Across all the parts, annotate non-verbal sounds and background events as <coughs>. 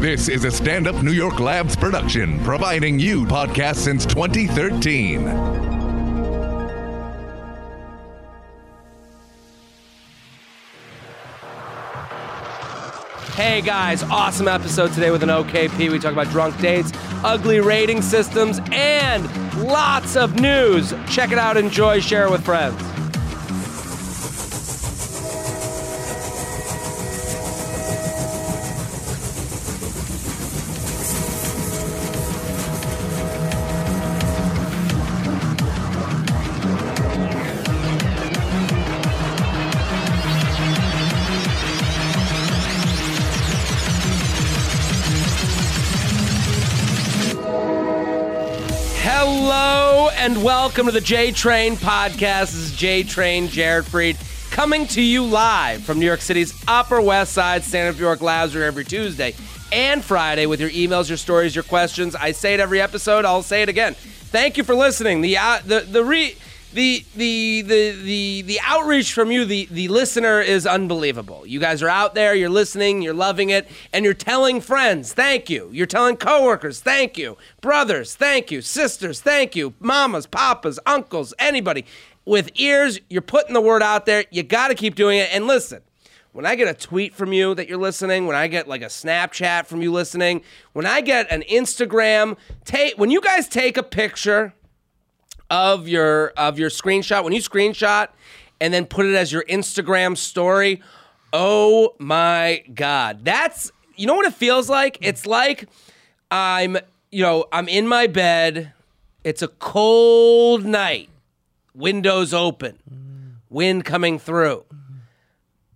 This is a stand up New York Labs production, providing you podcasts since 2013. Hey guys, awesome episode today with an OKP. We talk about drunk dates, ugly rating systems, and lots of news. Check it out, enjoy, share it with friends. Hello and welcome to the J Train podcast. This is J Train Jared Freed coming to you live from New York City's Upper West Side, Stand Up New York Labs, are every Tuesday and Friday with your emails, your stories, your questions. I say it every episode. I'll say it again. Thank you for listening. The uh, the the re. The, the the the the outreach from you the the listener is unbelievable. You guys are out there, you're listening, you're loving it, and you're telling friends. Thank you. You're telling coworkers. Thank you. Brothers, thank you. Sisters, thank you. Mamas, papas, uncles, anybody with ears, you're putting the word out there. You got to keep doing it and listen when I get a tweet from you that you're listening, when I get like a Snapchat from you listening, when I get an Instagram take, when you guys take a picture of your of your screenshot, when you screenshot and then put it as your Instagram story, oh my god, that's you know what it feels like. It's like I'm you know I'm in my bed. It's a cold night, windows open, wind coming through.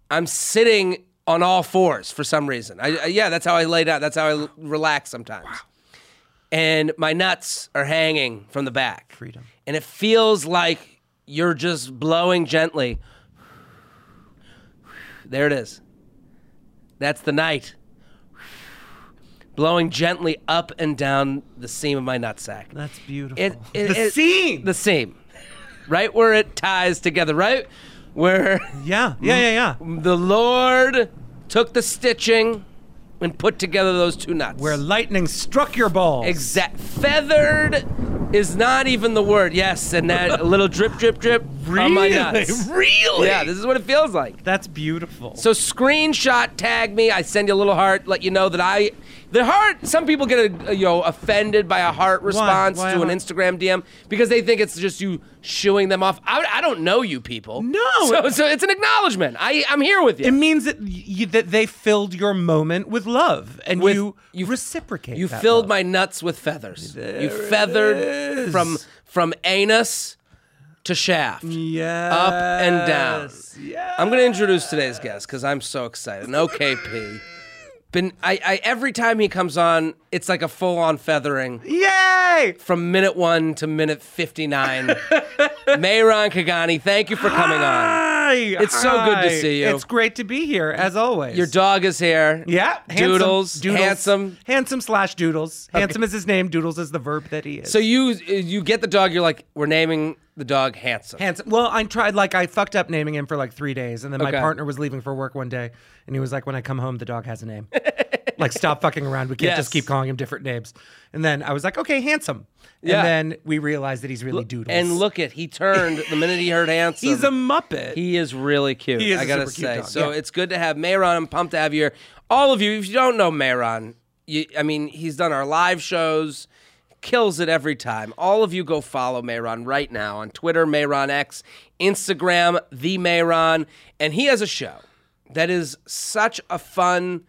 I'm sitting on all fours for some reason. I, I- yeah, that's how I lay down. That's how I l- relax sometimes. And my nuts are hanging from the back. Freedom. And it feels like you're just blowing gently. There it is. That's the night. Blowing gently up and down the seam of my nutsack. That's beautiful. It, it, <laughs> the it- scene. The seam. Right where it ties together, right? Where <laughs> yeah, yeah, yeah, yeah. the Lord took the stitching and put together those two nuts. Where lightning struck your balls. exact feathered is not even the word. Yes, and that <laughs> a little drip, drip, drip on my nuts. Really? Yeah, this is what it feels like. That's beautiful. So screenshot tag me. I send you a little heart, let you know that I. The heart. Some people get uh, you know offended by a heart response Why to an heart? Instagram DM because they think it's just you shooing them off. I, I don't know you people. No. So, so it's an acknowledgement. I I'm here with you. it means that you, that they filled your moment with love, and With- you you- you reciprocate. You that filled love. my nuts with feathers. you feathered from from anus to shaft. yes. Up and down. Yes. I'm gonna introduce today's guest because I'm so excited. An OKP. Been I, I every time he comes on, it's like a full on feathering Yay! from minute one to minute fifty nine. <laughs> Mayron Kagani, thank you for coming <gasps> on. Hi, It's so good to hi. see you. It's great to be here as always. Your dog is here. Yeah, handsome, Doodles, doodles, handsome. handsome slash doodles. Handsome is his name. Doodles is the verb that he is. So you you get the dog. You're like, we're naming the dog handsome. Handsome. Well, I tried like I fucked up naming him for like three days, and then Okay. my partner was leaving for work one day, and he was like, "When I come home, the dog has <laughs> a name. like, stop fucking around. We can't Yes. just keep calling him different names." And then I was like, "Okay, handsome." Yeah. And then we realized that he's really doodles. And look it, he turned the minute he heard handsome. he's a muppet. he is really cute. He is I a gotta super cute say. dog, So yeah. it's good to have Mayron. I'm pumped to have you here. All of you, if you don't know Mayron, you, I mean, he's done our live shows, kills it every time. All of you go follow Mayron right now on Twitter, Mayron X, Instagram, the Mayron, and he has a show that is such a fun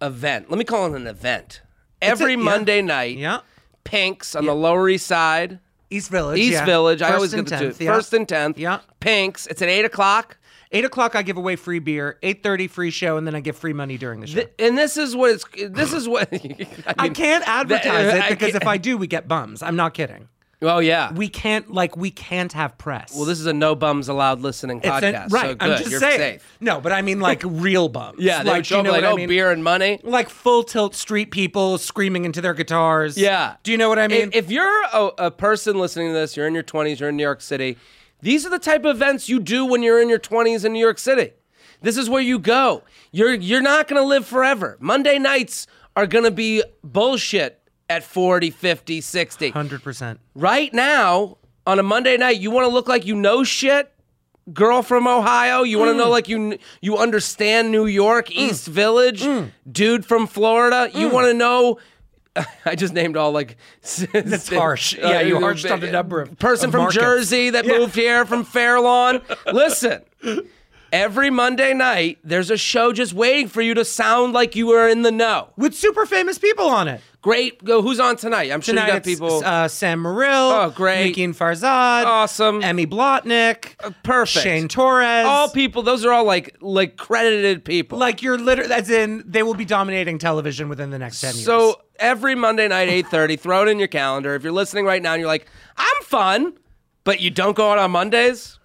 event. Let me call it an event. Every yeah. Monday night, yeah. Pinks on the Lower East Side. East Village. East yeah. Village. I First always and get the tenth, two. yeah. First and tenth. Yeah. Pinks. It's at eight o'clock. Eight o'clock. I give away free beer. Eight thirty, free show, and then I give free money during the show. And this is what it's. This is what. <laughs> I, I mean, can't <laughs> advertise I it because can't- if I do, we get bums. I'm not kidding. Oh yeah. We can't like we can't have press. well, this is a no bums allowed listening It's an- podcast. right. So good. I'm just You're saying. safe. No, but I mean <laughs> like real bums. Yeah. They like would show up like, oh, beer and money. Like full tilt street people screaming into their guitars. Yeah. Do you know what I mean? If, if you're a, a person listening to this, you're in your 20s, you're in New York City. These are the type of events you do when you're in your 20s in New York City. This is where you go. You're you're not going to live forever. Monday nights are going to be bullshit at 40, 50, 60. Hundred percent. Right now, on a Monday night, you want to look like you know shit? Girl from Ohio, you want to know Mm. like you kn- you understand New York, East Village, Mm. dude from Florida, you want to know <laughs> I just named all like <laughs> that's harsh. Yeah, you harshed on a number of- person of from markets. Jersey that moved here from <laughs> Fairlawn. Listen, every Monday night there's a show just waiting for you to sound like you were in the know. With super famous people on it. Great, go who's on tonight? I'm sure Tonight you got it's, people. uh, Sam Morril, Oh, great. Mikin Farzad, Awesome. Uh, Emmy Blotnick, perfect. Shane Torres. all people those are all like like credited people like you're literally as in they will be dominating television within the next ten years. so every monday <laughs> night 8.30 throw it in your calendar if you're listening right now and you're like i'm fun but you don't go out on mondays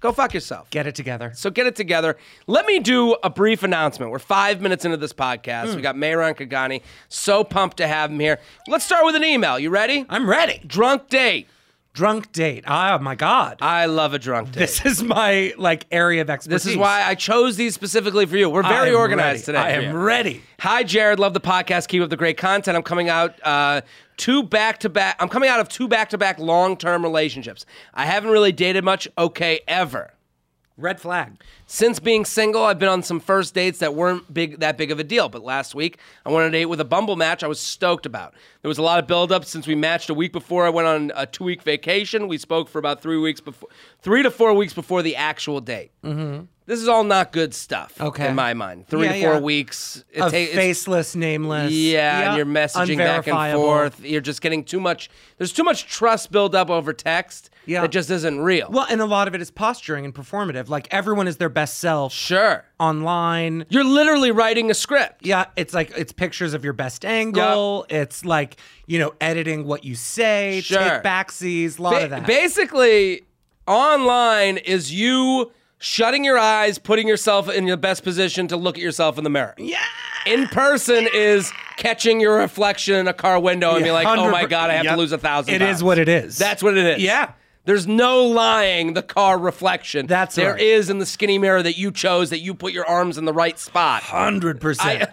go fuck yourself get it together. so get it together. Let me do a brief announcement. We're five minutes into this podcast. Hmm. We got Mehran Kagani. So pumped to have him here. Let's start with an email. You ready? I'm ready. drunk date. Drunk date. Oh my god. I love a drunk date. this is my like area of expertise. This is why I chose these specifically for you. We're I very am organized today. ready. I for am you. ready. Hi, Jared. Love the podcast. Keep up the great content. I'm coming out uh, two back to back. I'm coming out of two back to back long term relationships. I haven't really dated much. Okay, ever. Red flag. Since being single, I've been on some first dates that weren't big that big of a deal. But last week, I went on a date with a Bumble match I was stoked about. There was a lot of buildup since we matched a week before I went on a two week vacation. We spoke for about three weeks before, three to four weeks before the actual date. Mm-hmm. This is all not good stuff, Okay. in my mind. Three Yeah, to four yeah. weeks. It Of ta- it's- faceless, nameless. yeah, and Yep. you're messaging back and Unverifiable. forth. You're just getting too much. There's too much trust built up over text Yeah. that just isn't real. Well, and a lot of it is posturing and performative. Like everyone is their best self sure. online. You're literally writing a script. Yeah, it's like it's pictures of your best angle. It's like you know editing what you say, Sure. take backsies, a lot Ba- of that. basically, online is you shutting your eyes, putting yourself in the best position to look at yourself in the mirror. yeah, In person is catching your reflection in a car window and be like, oh my 100% God, I have Yep. to lose a thousand It is what it is. That's what it is. Yeah. There's no lying the car reflection. That's there right. is in the skinny mirror that you chose that you put your arms in the right spot. hundred I, percent.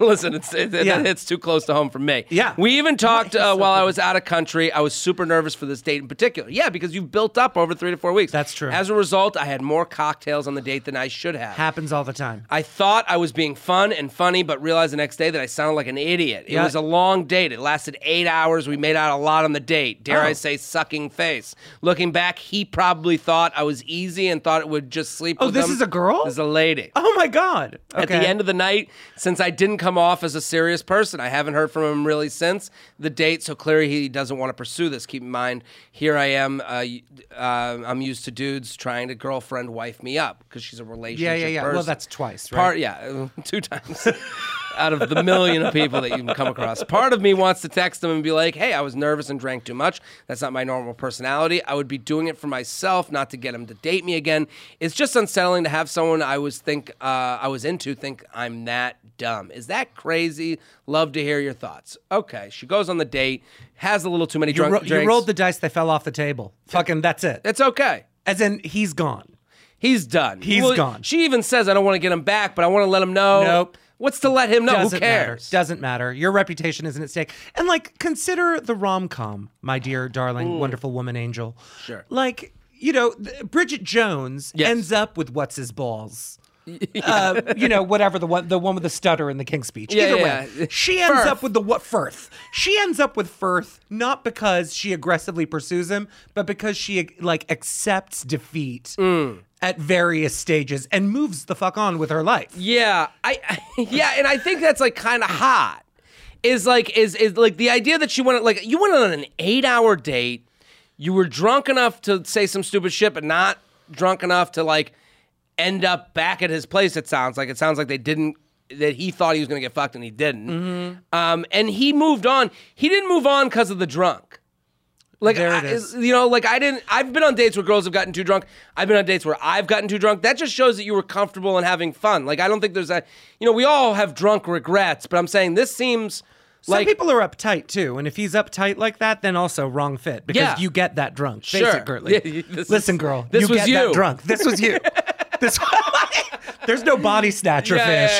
<laughs> listen, it's it, it- Yeah. it's too close to home for me. Yeah. we even talked He's uh, so while I good. was out of country. I was super nervous for this date in particular. Yeah, because you've built up over three to four weeks. That's true. As a result, I had more cocktails on the date than I should have. Happens all the time. I thought I was being fun and funny, but realized the next day that I sounded like an idiot. It Yeah. was a long date. It lasted eight hours. We made out a lot on the date. Dare I Oh. say, sucking face. Looking back, he probably thought I was easy and thought it would just sleep. Oh, with this him. is a girl? This is a lady. Oh my god. Okay. At the end of the night, since I didn't come off as a serious person, I haven't heard from him really since the date. So clearly, he doesn't want to pursue this. Keep in mind, here I am. Uh, y- uh, I'm used to dudes trying to girlfriend wife me up because she's a relationship. yeah, yeah, yeah. Well, person. that's twice, right? Part, yeah, <laughs> two times out of the million of people that you can come across. Part of me wants to text them and be like, "Hey, I was nervous and drank too much. That's not my normal personality. I would be doing it for myself, not to get him to date me again. It's just unsettling to have someone I was think uh, I was into think I'm that dumb. Is that crazy? Love to hear your thoughts. Okay, she goes on the date, has a little too many you, drunk ro- drinks. you rolled the dice. They fell off the table. Fucking that's it. it's okay. As in, he's gone. He's done. He's gone. She even says, "I don't want to get him back, but I want to let him know." Nope. What's to let him know? Doesn't Who cares? Matter. Doesn't matter. Your reputation isn't at stake. And like, consider the rom com, my dear, darling, wonderful woman angel. Sure. Like, you know, th- Bridget Jones Yes. ends up with what's his balls. uh, you know, whatever the one, the one with the stutter in the King's Speech. Yeah, Either yeah, yeah. way, she ends Firth. up with the what Firth. She ends up with Firth not because she aggressively pursues him, but because she like accepts defeat Mm. at various stages and moves the fuck on with her life. Yeah, I <laughs> yeah, and I think that's like kind of hot. Is like is is like the idea that you went like you went on an eight hour date. You were drunk enough to say some stupid shit, but not drunk enough to like end up back at his place. It sounds like it sounds like they didn't that he thought he was gonna get fucked and he didn't. Mm-hmm. Um, and he moved on. He didn't move on because of the drunk. Like There it I- is. you know, like I didn't. I've been on dates where girls have gotten too drunk. I've been on dates where I've gotten too drunk. That just shows that you were comfortable and having fun. Like I don't think there's a. You know, we all have drunk regrets, but I'm saying this seems like Some people are uptight too, and if he's uptight like that, then also wrong fit because Yeah. you get that drunk. Face Sure. it, Gertly. <laughs> Yeah, this is- Listen, girl, this you was get you. <laughs> that drunk. This was <laughs> you. this. There's no body snatcher Yeah, fish.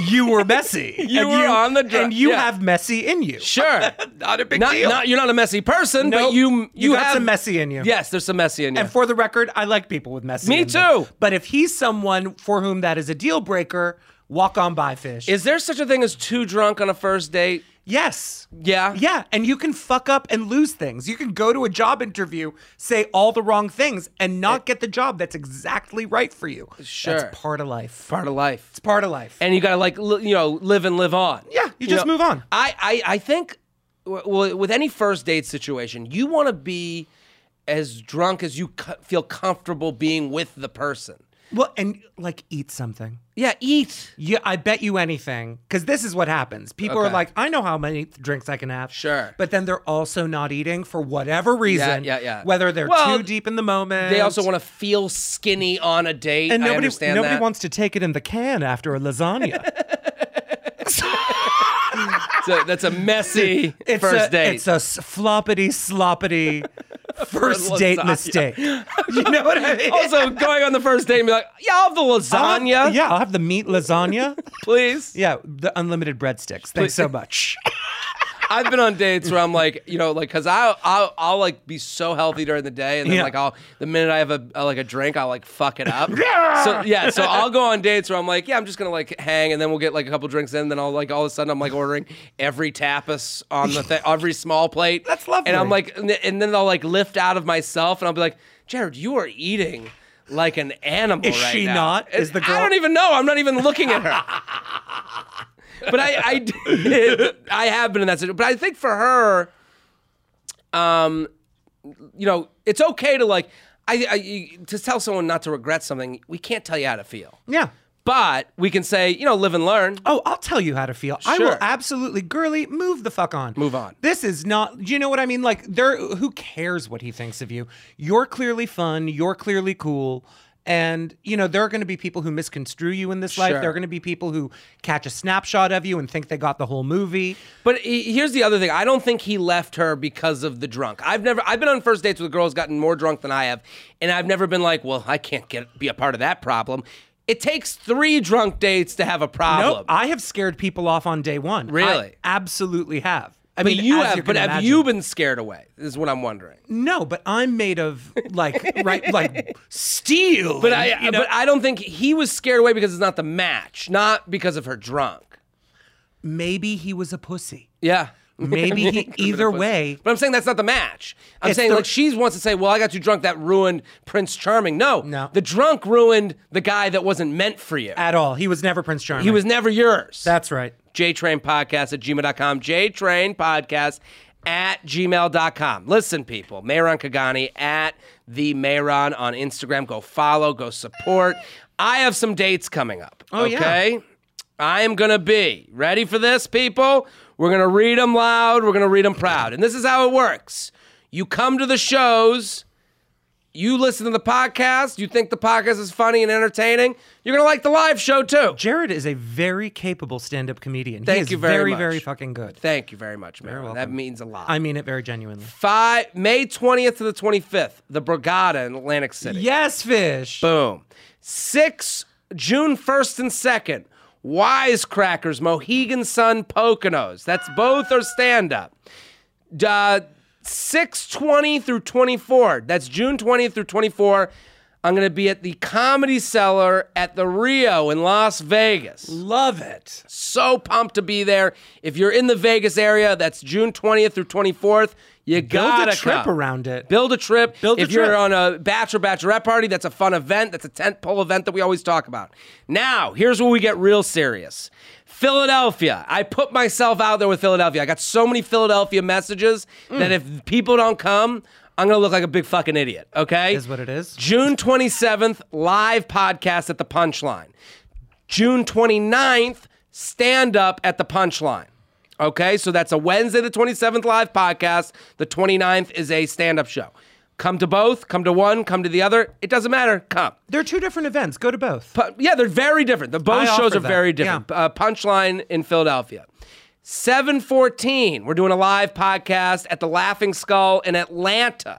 yeah, You were messy. <laughs> You were on the dr- and you yeah. have messy in <laughs> you. Sure. Not a <laughs> big not, deal. not- you're not a messy person, Nope. but you you, You got have some messy in you. Yes, there's some messy in you. And for the record, I like people with messy. Me in them. too. But if he's someone for whom that is a deal breaker, walk on by fish. Is there such a thing as too drunk on a first date? yes. Yeah. Yeah, and you can fuck up and lose things. You can go to a job interview, say all the wrong things, and not get the job that's exactly right for you. Eh. Sure. That's part of life. Part of life. it's part of life. and you gotta like li- you know live and live on. Yeah, you just move on. I I, I think w- well, with any first date situation, you want to be as drunk as you co- feel comfortable being with the person. well, and like eat something. Yeah, eat. Yeah, I bet you anything. Because this is what happens. People are Okay. like, I know how many th- drinks I can have. Sure. But then they're also not eating for whatever reason. yeah, yeah. Whether they're Well, too deep in the moment. They also want to feel skinny on a date. And I nobody, understand nobody that. wants to take it in the can after <laughs> a lasagna. So that's a messy <laughs> it's first a, date. It's a s- floppity, sloppity <laughs> first date Lasagna. mistake. <laughs> you know what I mean? also, going on the first date and be like, "Yeah, I'll have the <laughs> I'll- lasagna, Uh-huh. Yeah, I'll have the meat lasagna. <laughs> please." yeah, the unlimited breadsticks. Thanks so <laughs> much. I've been on dates where I'm like, you know, like, cause I, I'll, I'll like be so healthy during the day, and then Yeah. like, I'll the minute I have a, a- like a drink, I'll like fuck it up. So yeah, so I'll go on dates where I'm like, yeah, I'm just gonna like hang, and then we'll get like a couple drinks in, then I'll like all of a sudden I'm like ordering every tapas on the thing, every small plate. That's lovely. And I'm like, and th- and then I'll like lift out of myself, and I'll be like, Jared, you are eating. Like an animal Is right she now. not? Is the girl- I don't even know. I'm not even looking at her <laughs> but I, I, did- I have been in that situation. But I think for her, um, you know, it's okay to like, I, I you- to tell someone not to regret something. We can't tell you how to feel, yeah. but we can say, you know, live and learn. Oh, I'll tell you how to feel. I will Sure. absolutely, girly, move the fuck on. Move on. This is not, you know what I mean? Like, there, who cares what he thinks of you? You're clearly fun. You're clearly cool. And, you know, there are going to be people who misconstrue you in this life. Sure. There are going to be people who catch a snapshot of you and think they got the whole movie. But he- here's the other thing. I don't think he left her because of the drunk. I've never I've been on first dates with a girl who's gotten more drunk than I have, and I've never been like, well, I can't get be a part of that problem. It takes three drunk dates to have a problem. Nope. I have scared people off on day one. I Really? absolutely have. I but mean, you as have, can but have imagine. Mm, you been scared away? Is what I'm wondering. No, but I'm made of like <laughs> right, like steel. But and, I, you know, but I don't think he was scared away because it's not the match, not because of her drunk. maybe he was <laughs> a pussy. Yeah. Maybe he, either way, But I'm saying that's not the match. I'm It's saying the- like she wants to say, "Well, I got too drunk that ruined Prince Charming." No, No. the drunk ruined the guy that wasn't meant for you. at all. He was never Prince Charming. He was never yours. That's right. JTrain Podcast at gmail.com. JTrain Podcast at gmail.com. Listen, people, Mehran Kagani at the Mehran on Instagram. Go follow, go support. I have some dates coming up. Oh, yeah. okay? I am going to be ready for this, people. We're going to read them loud. We're going to read them proud. And this is how it works you come to the shows. You listen to the podcast, you think the podcast is funny and entertaining, you're gonna like the live show too. Jared is a very capable stand-up comedian. Thank he is you very very, much. very fucking good. Thank you very much, Marilyn. That welcome. means a lot. I mean it very genuinely. Five May 20th to the 25th, the Brigada in Atlantic City. Yes, fish. Boom. Six June 1st and 2nd, Wisecrackers, Mohegan Sun, Poconos. That's both are stand up. Uh, 620 through 24. That's June 20th through 24. I'm going to be at the Comedy Cellar at the Rio in Las Vegas. Love it. So pumped to be there. If you're in the Vegas area, that's June 20th through 24th. You Build gotta a trip come. around it. Build a trip. Build a if you're trip. on a bachelor bachelorette party, that's a fun event. That's a tent pole event that we always talk about. Now, here's where we get real serious. Philadelphia. I put myself out there with Philadelphia. I got so many Philadelphia messages Mm. that if people don't come, I'm gonna look like a big fucking idiot. Okay, Is what it is. June 27th, live podcast at the Punchline. June 29th, stand up at the Punchline. Okay, so that's a Wednesday, the 27th live podcast. The 29th is a stand up show. Come to both, come to one, come to the other. It doesn't matter. Come. They're two different events. Go to both. Pu- yeah, they're very different. The both I shows offer are that. very different. Yeah. Uh, Punchline in Philadelphia. 714, we're doing a live podcast at the Laughing Skull in Atlanta.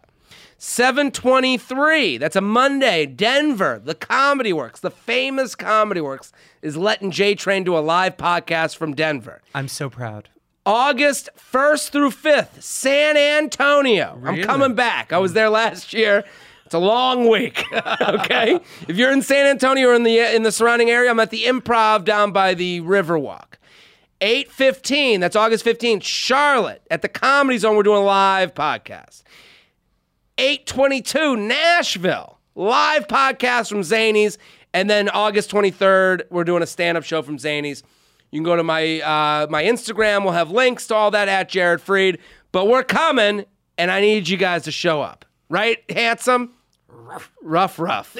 723. That's a Monday. Denver, the Comedy Works, the famous Comedy Works, is letting J Train do a live podcast from Denver. I'm so proud. August 1st through 5th, San Antonio. I'm Really? coming back. I was there last year. It's a long week. <laughs> okay? if you're in San Antonio or in the in the surrounding area, I'm at the Improv down by the Riverwalk. 8:15, that's August 15th, Charlotte at the Comedy Zone we're doing a live podcast. 822 Nashville. Live podcast from Zanies. And then August 23rd, we're doing a stand-up show from Zanies. You can go to my uh, my Instagram. We'll have links to all that at Jared Freed. But we're coming, and I need you guys to show up. Right, handsome? Rough, rough.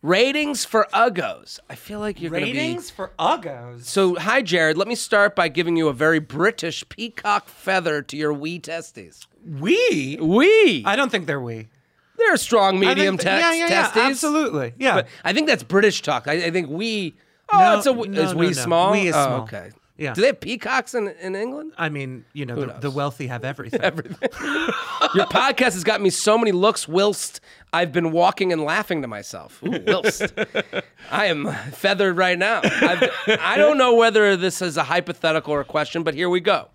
Ratings for Uggos. I feel like you're gonna be Ratings for Uggos. so, hi, Jared. Let me start by giving you a very British peacock feather to your wee testes. We? Wee. I don't think they're we. They're strong I think- medium test, yeah, yeah, yeah, testes. Absolutely. Yeah. But I think that's British talk. I, I think we. Oh, No, it's a we- no, is no, we no. small. We is Oh, small. okay. Yeah. Do they have peacocks in, in England? I mean, you know, the, knows? the wealthy have <laughs> everything. Your podcast has got me so many looks whilst I've been walking and laughing to myself. Ooh, whilst. <laughs> I am feathered right now. I've, I don't know whether this is a hypothetical or a question, but here we go.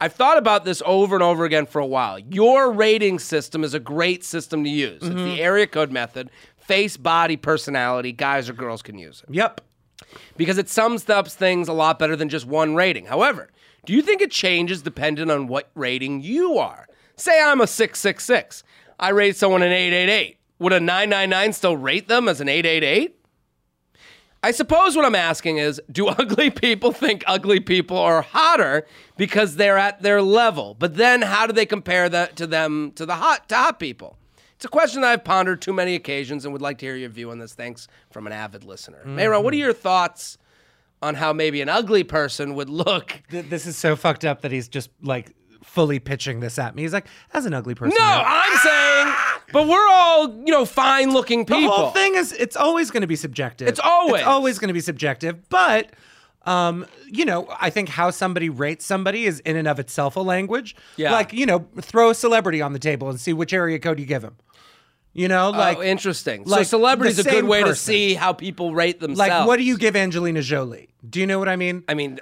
I've thought about this over and over again for a while. Your rating system is a great system to use. It's the area code method, face, body, personality. Guys or girls can use it Yep. because it sums up things a lot better than just one rating. However, do you think it changes dependent on what rating you are? Say I'm a 666. I rate someone an 888. Would a 999 still rate them as an 888? I suppose what I'm asking is do <laughs> ugly people think ugly people are hotter because they're at their level? But then how do they compare that to them to the hot to hot people? It's a question that I've pondered too many occasions and would like to hear your view on this. Thanks from an avid listener. Mm. Mayra, what are your thoughts on how maybe an ugly person would look? Th- This is so fucked up that he's just like fully pitching this at me. He's like, as an ugly person. No, yeah. I'm saying, but we're all, you know, fine looking people. The whole thing is it's always going to be subjective. It's always. it's always going to be subjective, but um, you know, I think how somebody rates somebody is in and of itself a language. Yeah. Like, you know, throw a celebrity on the table and see which area code you give him. You know, like oh, interesting. so like celebrity's the a good same way to person. see how people rate themselves. like what do you give Angelina Jolie? Do you know what I mean? I mean,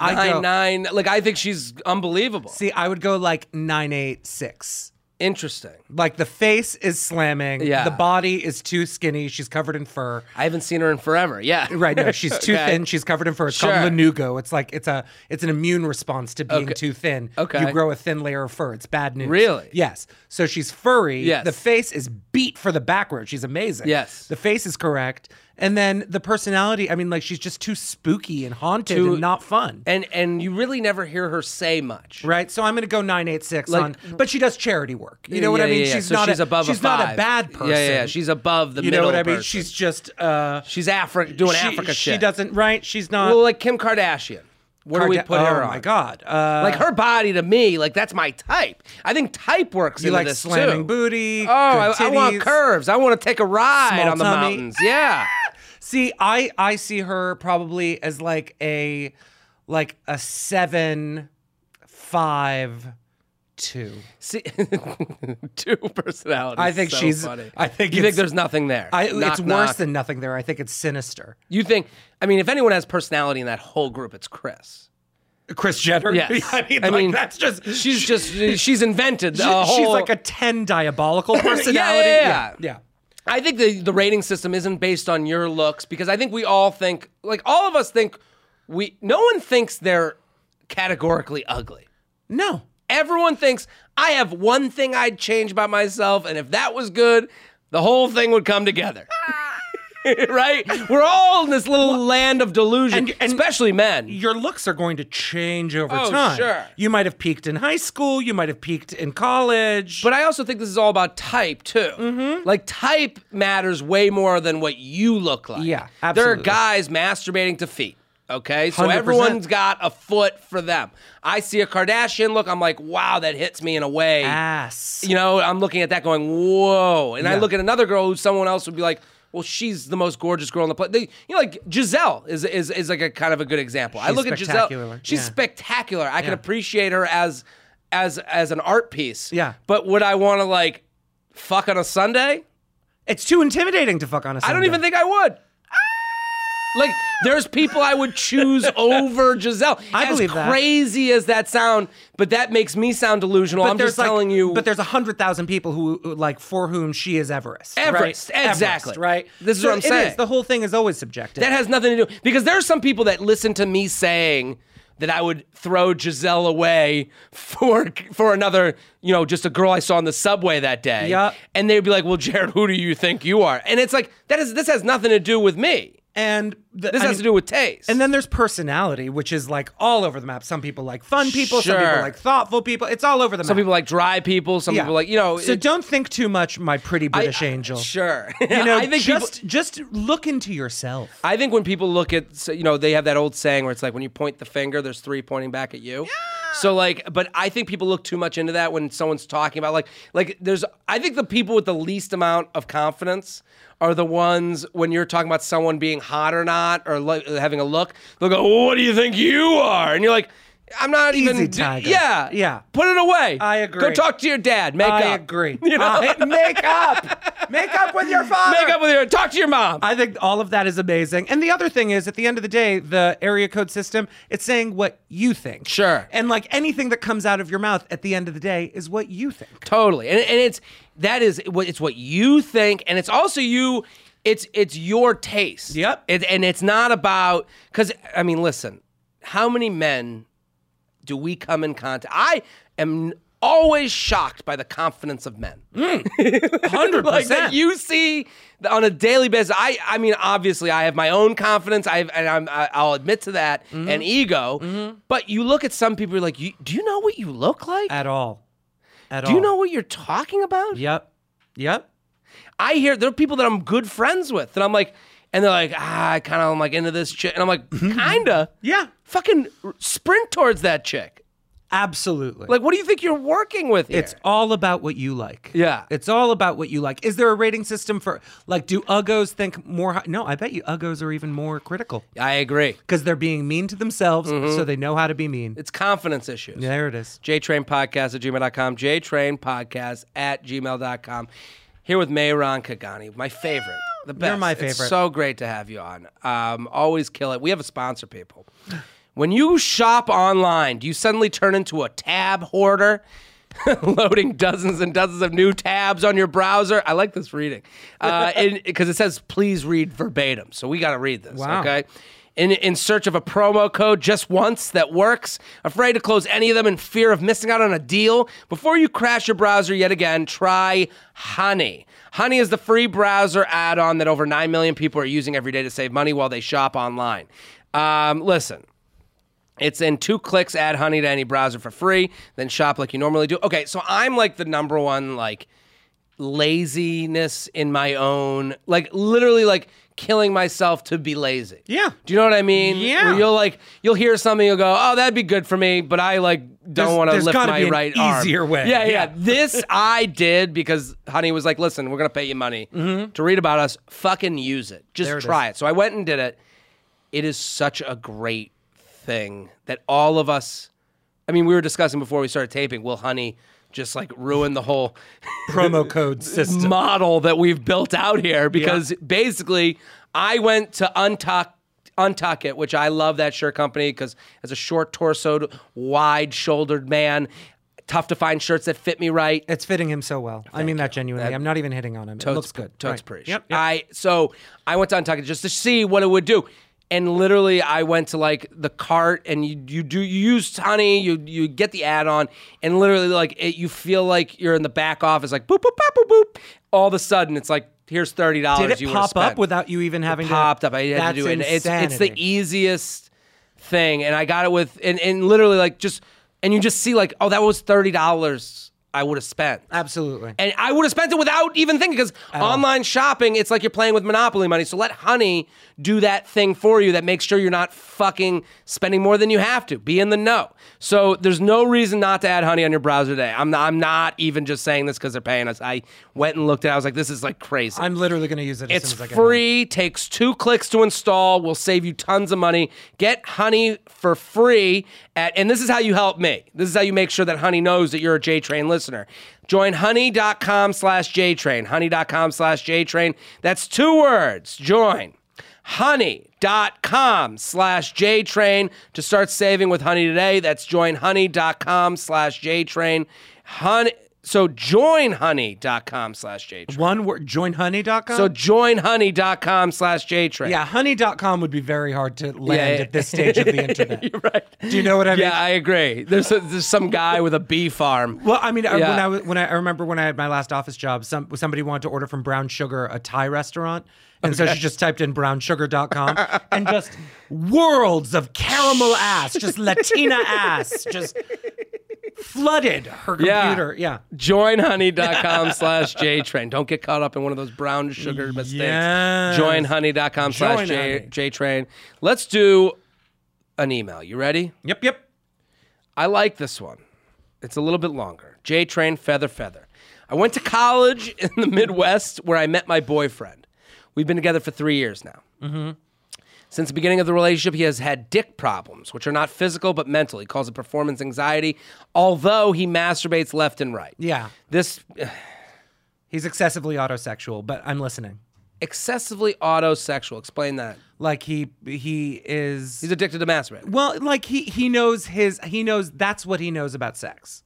I nine go, nine. Like I think she's unbelievable. See, I would go like 986. Interesting. Like the face is slamming, Yeah. the body is too skinny, she's covered in fur. I haven't seen her in forever. Yeah. <laughs> Right. No, she's too Okay. thin. She's covered in fur. It's Sure. called lanugo. It's like it's a it's an immune response to being Okay. too thin. Okay. You grow a thin layer of fur. It's bad news. Really? Yes. So she's furry. Yes. The face is beat for the back row. She's amazing. Yes. The face is correct. And then the personality, I mean, like she's just too spooky and haunted Too- and not fun. And and you really never hear her say much. Right, so I'm going to go nine eight six Like- on, but she does charity work. You know what Yeah, I mean? yeah, yeah. She's So not she's a, above. She's a not five. a bad person. Yeah, yeah. yeah. She's above the you know middle what I mean? person. She's just uh, she's Africa doing she, Africa she shit. doesn't right. She's not. Well, like Kim Kardashian. Where do we Karda- put her Oh on? my god! Uh, Like her body to me, like that's my type. I think type works you into like this slamming too. booty. Oh, I, I want titties. curves. I want to take a ride Small on the tummy. mountains. Yeah. See, I I see her probably as like a like a seven five two. See, <laughs> two personalities. I think So she's. funny. I think you think it's- there's nothing there. I, Knock, it's worse knock. than nothing there. I think it's sinister. you think. I mean, if anyone has personality in that whole group, it's Chris. Chris Jenner. Yes. <laughs> I mean, like, that's just she's just she's invented she- a whole. she's like a ten <clears throat> diabolical personality. yeah, yeah. yeah. yeah. I think the the rating system isn't based on your looks because I think we all think like all of us think we. No one thinks they're categorically ugly. No. Everyone thinks I have one thing I'd change about myself, and if that was good, the whole thing would come together. <laughs> right? We're all in this little land of delusion, and- and- especially men. your looks are going to change over Oh, time. sure. You might have peaked in high school, you might have peaked in college. But I also think this is all about type too. Mm-hmm. Like type matters way more than what you look like. Yeah, There are absolutely. guys masturbating to feet. Okay, so 100%. everyone's got a foot for them. I see a Kardashian look, I'm like, wow, that hits me in a way. ass. you know, I'm looking at that going, whoa. And I Yeah. look at another girl who someone else would be like, well, she's the most gorgeous girl on the planet. They, you know, like Giselle is, is is like a kind of a good example. I She's look at spectacular, Giselle. She's yeah. spectacular. I can appreciate her as as as an art piece. Yeah. But would I want to like fuck on a Sunday? It's too intimidating to fuck on a I don't even think I would. Ah! Like, there's people I would <laughs> choose over Giselle. I as believe that. crazy as that sound, but that makes me sound delusional. I'm just telling you. But there's a hundred thousand people who who, like for whom she is Everest. Everest, right? exactly. Everest, right. This is So what I'm it is. saying. The whole thing is always subjective. That has nothing to do because there are some people that listen to me saying that I would throw Giselle away for for another, you know, just a girl I saw on the subway that day. Yup. And they'd be like, "Well, Jared, who do you think you are?" And it's like that is this has nothing to do with me. and the, This has to do with taste. And then there's personality, which is like all over the map. Some people like fun people. Some Sure. people like thoughtful people. It's all over the some map. people like dry people, some Yeah. people like, you know, So it- don't think too much, my pretty I- British angel. Sure. You <laughs> know, I think people- just just look into yourself. I think when people look at, so, you know, they have that old saying where it's like when you point the finger, there's three pointing back at you. So like, but I think people look too much into that when someone's talking about like, like there's, I think the people with the least amount of confidence are the ones when you're talking about someone being hot or not or lo- having a look, they'll go, well, "What do you think you are?" And you're like, "I'm not Easy even." tiger. Yeah, Yeah. Put it away. I Go agree. talk to your dad. Make I up. agree. <laughs> You know? I- make up, make up with your father. <laughs> Make up with your. Talk to your mom. I think all of that is amazing. And the other thing is, at the end of the day, the area code system, it's saying what you think. Sure. And like anything that comes out of your mouth at the end of the day is what you think. Totally, and, and it's that is what it's what you think, and it's also you. It's it's your taste. Yep. It, and it's not about because I mean, listen, how many men do we come in contact? I am always shocked by the confidence of <laughs> men. <laughs> Hundred Like that you see the- on a daily basis. I I mean, obviously, I have my own confidence. I have, and I'm I, I'll admit to that Mm-hmm. and ego. But you look at some people, you're like, you, do you know what you look like? at all. At all. do you know what you're talking about? Yep. Yep. I hear there are people that I'm good friends with, and I'm like, and they're like, ah, I kind of am like into this chick, and I'm like, kinda, Yeah. fucking sprint towards that chick. Absolutely. Like, what do you think you're working with here? It's all about what you like. Yeah. It's all about what you like. Is there a rating system for like do uggos think more hi- No, I bet you uggos are even more critical I agree. cuz they're being mean to themselves so they know how to be mean. Mm-hmm. It's confidence issues. there <laughs> it is. JTrainPodcast at gmail.com. JTrainPodcast at gmail.com. Here with Mayron Kagani, my favorite. The best. my It's favorite. so great to have you on. Um, always kill it. We have a sponsor, people. When you shop online, do you suddenly turn into a tab hoarder? <laughs> Loading dozens and dozens of new tabs on your browser. I like this reading <laughs> because it says, please read verbatim. So we got to read this. Wow. Okay in, in search of a promo code just once that works, afraid to close any of them in fear of missing out on a deal. Before you crash your browser yet again, try Honey. Honey is the free browser add on that over 9 million people are using every day to save money while they shop online. Um, listen. It's in two clicks. Add Honey to any browser for free. Then shop like you normally do. Okay, so I'm like the number one like laziness in my own like literally like killing myself to be lazy. Yeah. Do you know what I mean? Yeah. Where you'll like you'll hear something, you'll go, oh, that'd be good for me, but I like don't There's- want to there's lift gotta my be an right arm. easier way. Yeah, yeah. Yeah. this I did because Honey was like, listen, we're gonna pay you money to read about us. Fucking use it. Just Mm-hmm. There it try it. So I went and did it it is such a great thing that all of us I mean, we were discussing before we started taping, will honey just like ruin the <laughs> whole Promo code system. model that we've built out here because basically I went to untuck untuck it, which I love that shirt company because as a short torsoed, wide shouldered man, tough to find shirts that fit me right. It's fitting him so well. I mean that genuinely. I'm not even hitting on him. Oh, it looks good. Totes Right. Prish. Yep. yep. I so I went to Untucked just to see what it would do. And literally I went to like the cart and you you do you use honey, you you get the add-on, and literally like it, you feel like you're in the back office, like boop boop boop boop boop. All of a sudden it's like here's thirty dollars Did it you would've pop up spent without you even having popped to, up. I had to That's do it. It's, it's the e-, insanity. easiest thing, and I got it with and, and literally like just and you just see like oh that was thirty dollars I would have spent. Absolutely. And I would have spent it without even thinking because online shopping, it's like you're playing with Monopoly money. So let Honey do that thing for you that makes sure you're not fucking spending more than you have to. Be in the know. So there's no reason not to add Honey on your browser today. I'm not, I'm not even just saying this because they're paying us. I went and looked at it. I was like, this is like crazy. I'm literally going to use it as It's soon as I get free, takes two clicks to install, will save you tons of money. Get Honey for free at and this is how you help me. This is how you make sure that Honey knows that you're a J Train listener. Join honey.com slash J Train. Honey.com slash J Train. That's two words. Join honey.com slash J Train to start saving with honey today. That's join honey.com slash J Train. Honey so join honey.com slash J Train. home. One word, joinhoney.com. So join honey.com slash jtrain. <laughs> Uh-huh. yeah, honey.com would be very hard to land yeah. at this stage of <laughs> the internet. You're right. Do you know what I mean? Yeah, I agree. There's, a, there's some guy with a bee <laughs> farm. Well, I mean, I when Yeah. I was- when I, I remember when I had my last office job, some somebody wanted to order from Brown Sugar, a Thai restaurant, and so she just typed in brownsugar.com and just worlds of caramel ass, <laughs> just Latina ass, just flooded her Yeah. computer. Yeah. Join honey.com <laughs> slash jtrain. Don't get caught up in one of those brown sugar mistakes. Yes. Join honey.com slash Join Honey. J- jtrain. Let's do an email. You ready? Yep. Yep. I like this one. It's a little bit longer. J Train Feather Feather. I went to college <laughs> in the Midwest where I met my boyfriend. We've been together for three years now. Mm-hmm. Since the beginning of the relationship, he has had dick problems, which are not physical but mental. He calls it performance anxiety, although he masturbates left and right. Yeah. This <sighs> He's excessively autosexual, but I'm listening. excessively autosexual. Explain that. Like he he is He's addicted to masturbating. well, like he he knows his he knows that's what he knows about sex.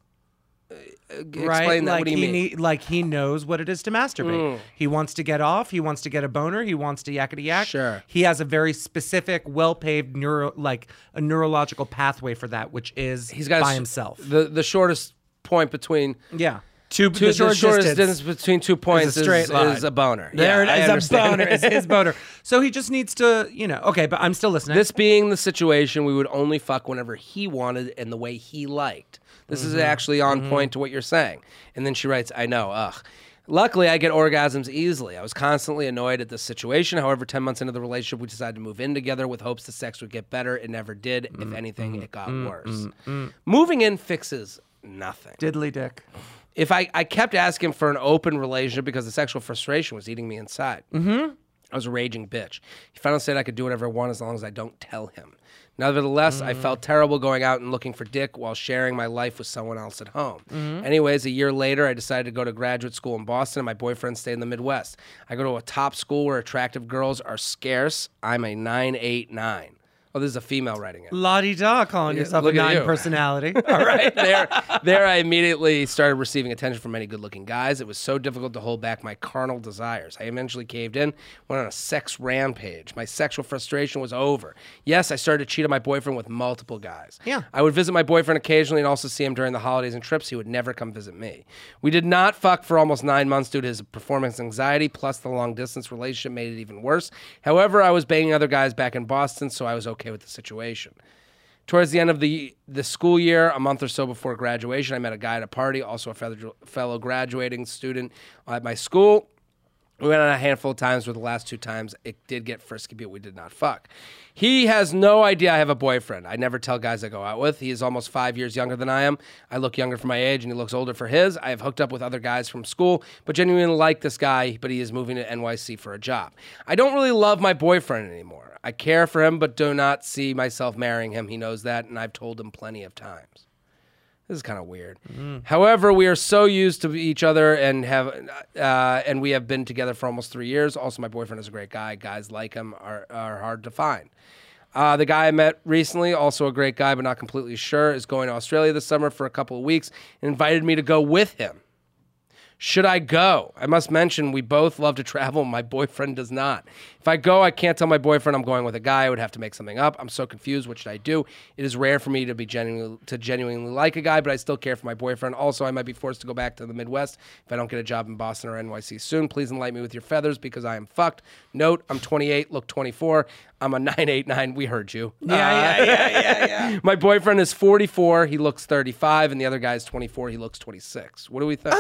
right? Explain that. like What do you he mean? Mm. need- like he knows what it is to masturbate. He wants to get off. He wants to get a boner. He wants to yakety yak. Sure. He has a very specific, well paved neuro like a neurological pathway for that, which is He's got a by s- himself. The, the shortest point between yeah. Two, <laughs> Two, the, shortest distance between two points is, straight line. is a boner. There Yeah, I <laughs> it is, a understand. boner. It's <laughs> his boner. So he just needs to, you know. Okay, but I'm still listening. This being the situation, we would only fuck whenever he wanted and the way he liked. This is Mm-hmm. actually on point to what you're saying. And then she writes, I know, ugh. Luckily, I get orgasms easily. I was constantly annoyed at this situation. However, 10 months into the relationship, we decided to move in together with hopes the sex would get better. It never did. Mm, If anything, it got worse. Moving in fixes nothing diddly dick. if I, I kept asking for an open relationship because the sexual frustration was eating me inside. Mm-hmm. I was a raging bitch. He finally said I could do whatever I want as long as I don't tell him. Nevertheless, I felt terrible going out and looking for dick while sharing my life with someone else at home. Anyways, a year later, I decided to go to graduate school in Boston, and my boyfriend stayed in the Midwest. I go to a top school where attractive girls are scarce. I'm a 989. Oh, this is a female writing it. La di da, calling yourself a look at nine you. personality. <laughs> All right. There, there I immediately started receiving attention from many good looking guys. It was so difficult to hold back my carnal desires. I eventually caved in, went on a sex rampage. My sexual frustration was over. Yes, I started to cheat on my boyfriend with multiple guys. Yeah. I would visit my boyfriend occasionally and also see him during the holidays and trips. He would never come visit me. We did not fuck for almost nine months due to his performance anxiety, plus the long distance relationship made it even worse. However, I was banging other guys back in Boston, so I was okay with the situation. Towards the end of the the school year, a month or so before graduation, I met a guy at a party, also a fellow fellow graduating student at my school. We went on a handful of times, where the last two times it did get frisky, but we did not fuck. He has no idea I have a boyfriend. I never tell guys I go out with. He is almost five years younger than I am. I look younger for my age, and he looks older for his. I have hooked up with other guys from school, but genuinely like this guy, but he is moving to NYC for a job. I don't really love my boyfriend anymore. I care for him, but do not see myself marrying him. He knows that, and I've told him plenty of times. This is kind of weird. However, we are so used to each other and have, uh, and we have been together for almost three years. Also, my boyfriend is a great guy. Guys like him are, are hard to find. Uh, the guy I met recently, also a great guy, but not completely sure, is going to Australia this summer for a couple of weeks and invited me to go with him. Should I go? I must mention we both love to <laughs> travel. My boyfriend does not. If I go, I can't tell my boyfriend I'm going with a guy. I would have to make something up. I'm so confused. What should I do? It is rare for me to be genuinely to genuinely like a guy, but I still care for my boyfriend. Also, I might be forced to go back to the Midwest if I don't get a job in Boston or NYC soon. Please enlighten me with your feathers because I am fucked. Note: I'm 28, look 24. I'm a <laughs> 989. We heard you. Uh, Yeah, yeah, yeah, <laughs> yeah, yeah. My boyfriend is 44. He looks 35, and the other guy is 24. He looks 26. What do we <laughs> think?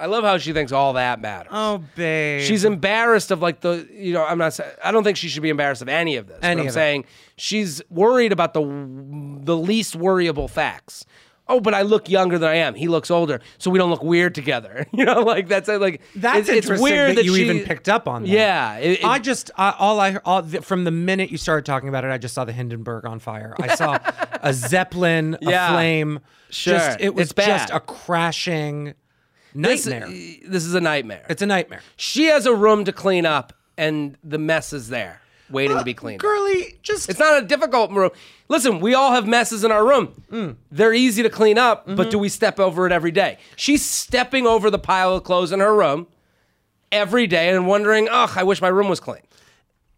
I love how she thinks all that matters. Oh, babe. She's embarrassed of like the you know I'm not saying I don't think she should be embarrassed of any of this. but Any I'm of it. saying she's worried about the the least worryable facts. Oh, but I look younger than I am. He looks older, so we don't look weird together. <laughs> You know, like that's like That's it's, it's interesting weird that, you she- even picked up on that. Yeah, it- it- I just I, all I all the, from the minute you started talking about it, I just saw the Hindenburg on fire. <laughs> I saw a zeppelin, Yeah. a flame. Sure. just, it was It's bad. just a crashing this, uh, nightmare. this is a nightmare. it's a nightmare. she has a room to clean up, and the mess is there waiting to be cleaned. up. Girly, just It's not a difficult room. Listen, we all have messes in our room. They're easy to clean up, but do we step over it every day? She's stepping over the pile of clothes in her room every day and wondering, "Ugh, I wish my room was clean."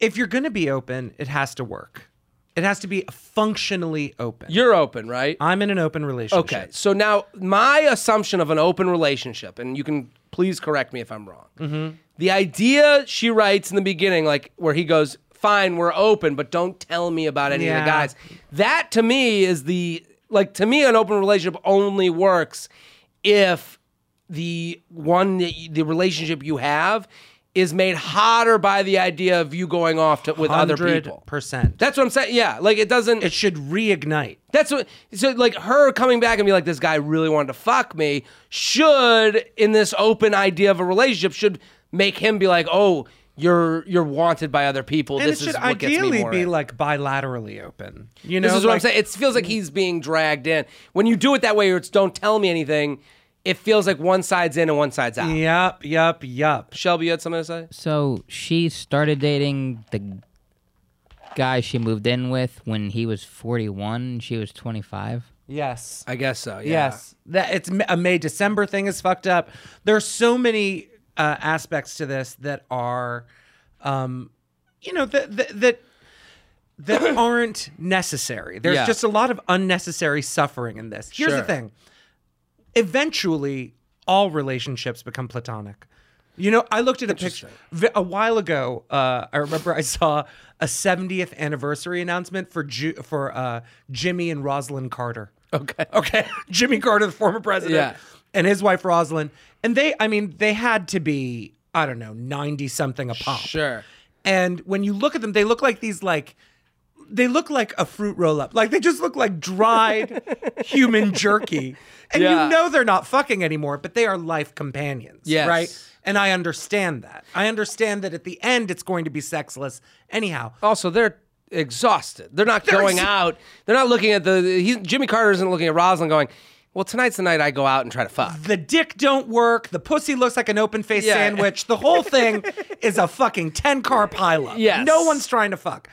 if you're going to be open, it has to work. It has to be functionally open. You're open, right? I'm in an open relationship. Okay. So now my assumption of an open relationship, and you can please correct me if I'm wrong. The idea she writes in the beginning, like where he goes, "Fine, we're open, but don't tell me about any of Yeah. the guys." That to me is the like to me an open relationship only works if the one that you, the relationship you have is made hotter by the idea of you going off to, with other people. percent. That's what I'm saying. Yeah, like it doesn't. It should reignite. That's what. So like her coming back and be like, this guy really wanted to fuck me. Should in this open idea of a relationship should make him be like, oh, you're you're wanted by other people. And this it should is what gets me ideally more be in." like bilaterally open. You know, This is what I'm like- saying. It feels like he's being dragged in. When you do it that way, or it's don't tell me anything. It feels like one side's in and one side's out. Yup, yup, yup. Shelby, you had something to say? So she started dating the guy she moved in with when he was 41 and she was 25. Yes. I guess so. Yeah. Yes, that it's a May December thing is fucked up. There's so many uh, aspects to this that are, um, you know, that that that, <coughs> that aren't necessary. There's Yeah. just a lot of unnecessary suffering in this. Here's Sure. the thing: eventually, all relationships become platonic. You know, I looked at a picture v- a while ago. Uh, I remember I saw a 70th anniversary announcement for Ju- for uh, Jimmy and Rosalind Carter. Okay. <laughs> Okay. <laughs> Jimmy Carter, the former president, Yeah. and his wife Rosalind. And they, I mean, they had to be, I don't know, 90 something a pop. Sure. And when you look at them, they look like these, like, they look like a fruit roll up. Like, they just look <laughs> like dried human jerky. And Yeah. you know they're not fucking anymore, but they are life companions. Yes. Right. And I understand that. I understand that at the end, it's going to be sexless. Anyhow, Also, they're exhausted. They're not going ex- out. They're not looking at the. He's, Jimmy Carter isn't looking at Rosalind going, well, tonight's the night I go out and try to fuck. the dick don't work, the pussy looks like an open faced Yeah. sandwich. The whole <laughs> thing is a fucking 10 car pileup. Yes. No one's trying to fuck.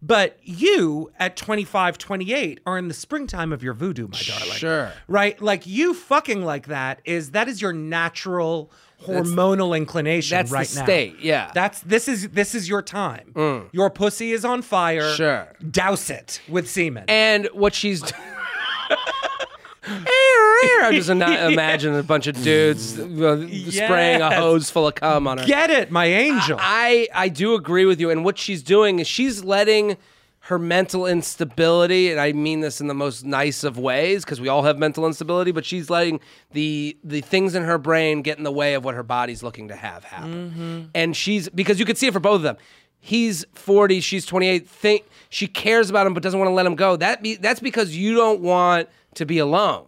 But you at 25, 28 are in the springtime of your voodoo, my darling. Sure. Right? Like you fucking like that is that is your natural hormonal inclination that's the right now. state, yeah. Mm. That's this is this is your time. Your pussy is on fire. Sure. Douse it with semen. And what she's. I'm just not imagining a bunch of dudes uh, spraying a Yes. hose full of cum on her. Get it, my angel. I I do agree with you. And what she's doing is she's letting her mental instability, and I mean this in the most nice of ways, because we all have mental instability, but she's letting the the things in her brain get in the way of what her body's looking to have happen. And she's because you could see it for both of them. He's 40, she's 28. Think she cares about him but doesn't want to let him go. That be, that's because you don't want to be alone.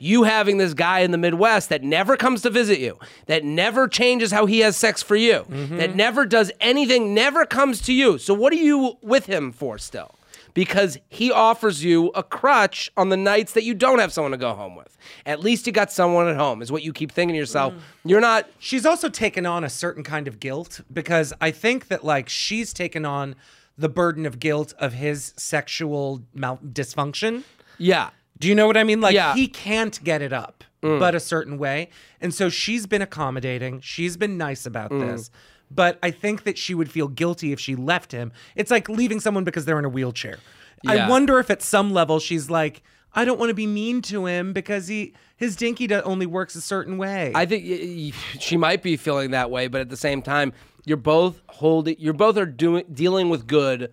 You having this guy in the Midwest that never comes to visit you, that never changes how he has sex for you, that never does anything, never comes to you. So, what are you with him for still? Because he offers you a crutch on the nights that you don't have someone to go home with. At least you got someone at home, is what you keep thinking to yourself. You're not, she's also taken on a certain kind of guilt because I think that like she's taken on the burden of guilt of his sexual mal- dysfunction. yeah. Do you know what I mean? Like Yeah. Mm. he can't get it up. but a certain way. And so she's been accommodating. She's been nice about Mm. this. But I think that she would feel guilty if she left him. It's like leaving someone because they're in a wheelchair. Yeah. I wonder if at some level she's like, I don't want to be mean to him because he his dinky do- only works a certain way. I think y- y- she might be feeling that way, but at the same time, you're both holding. You're both are doing dealing with good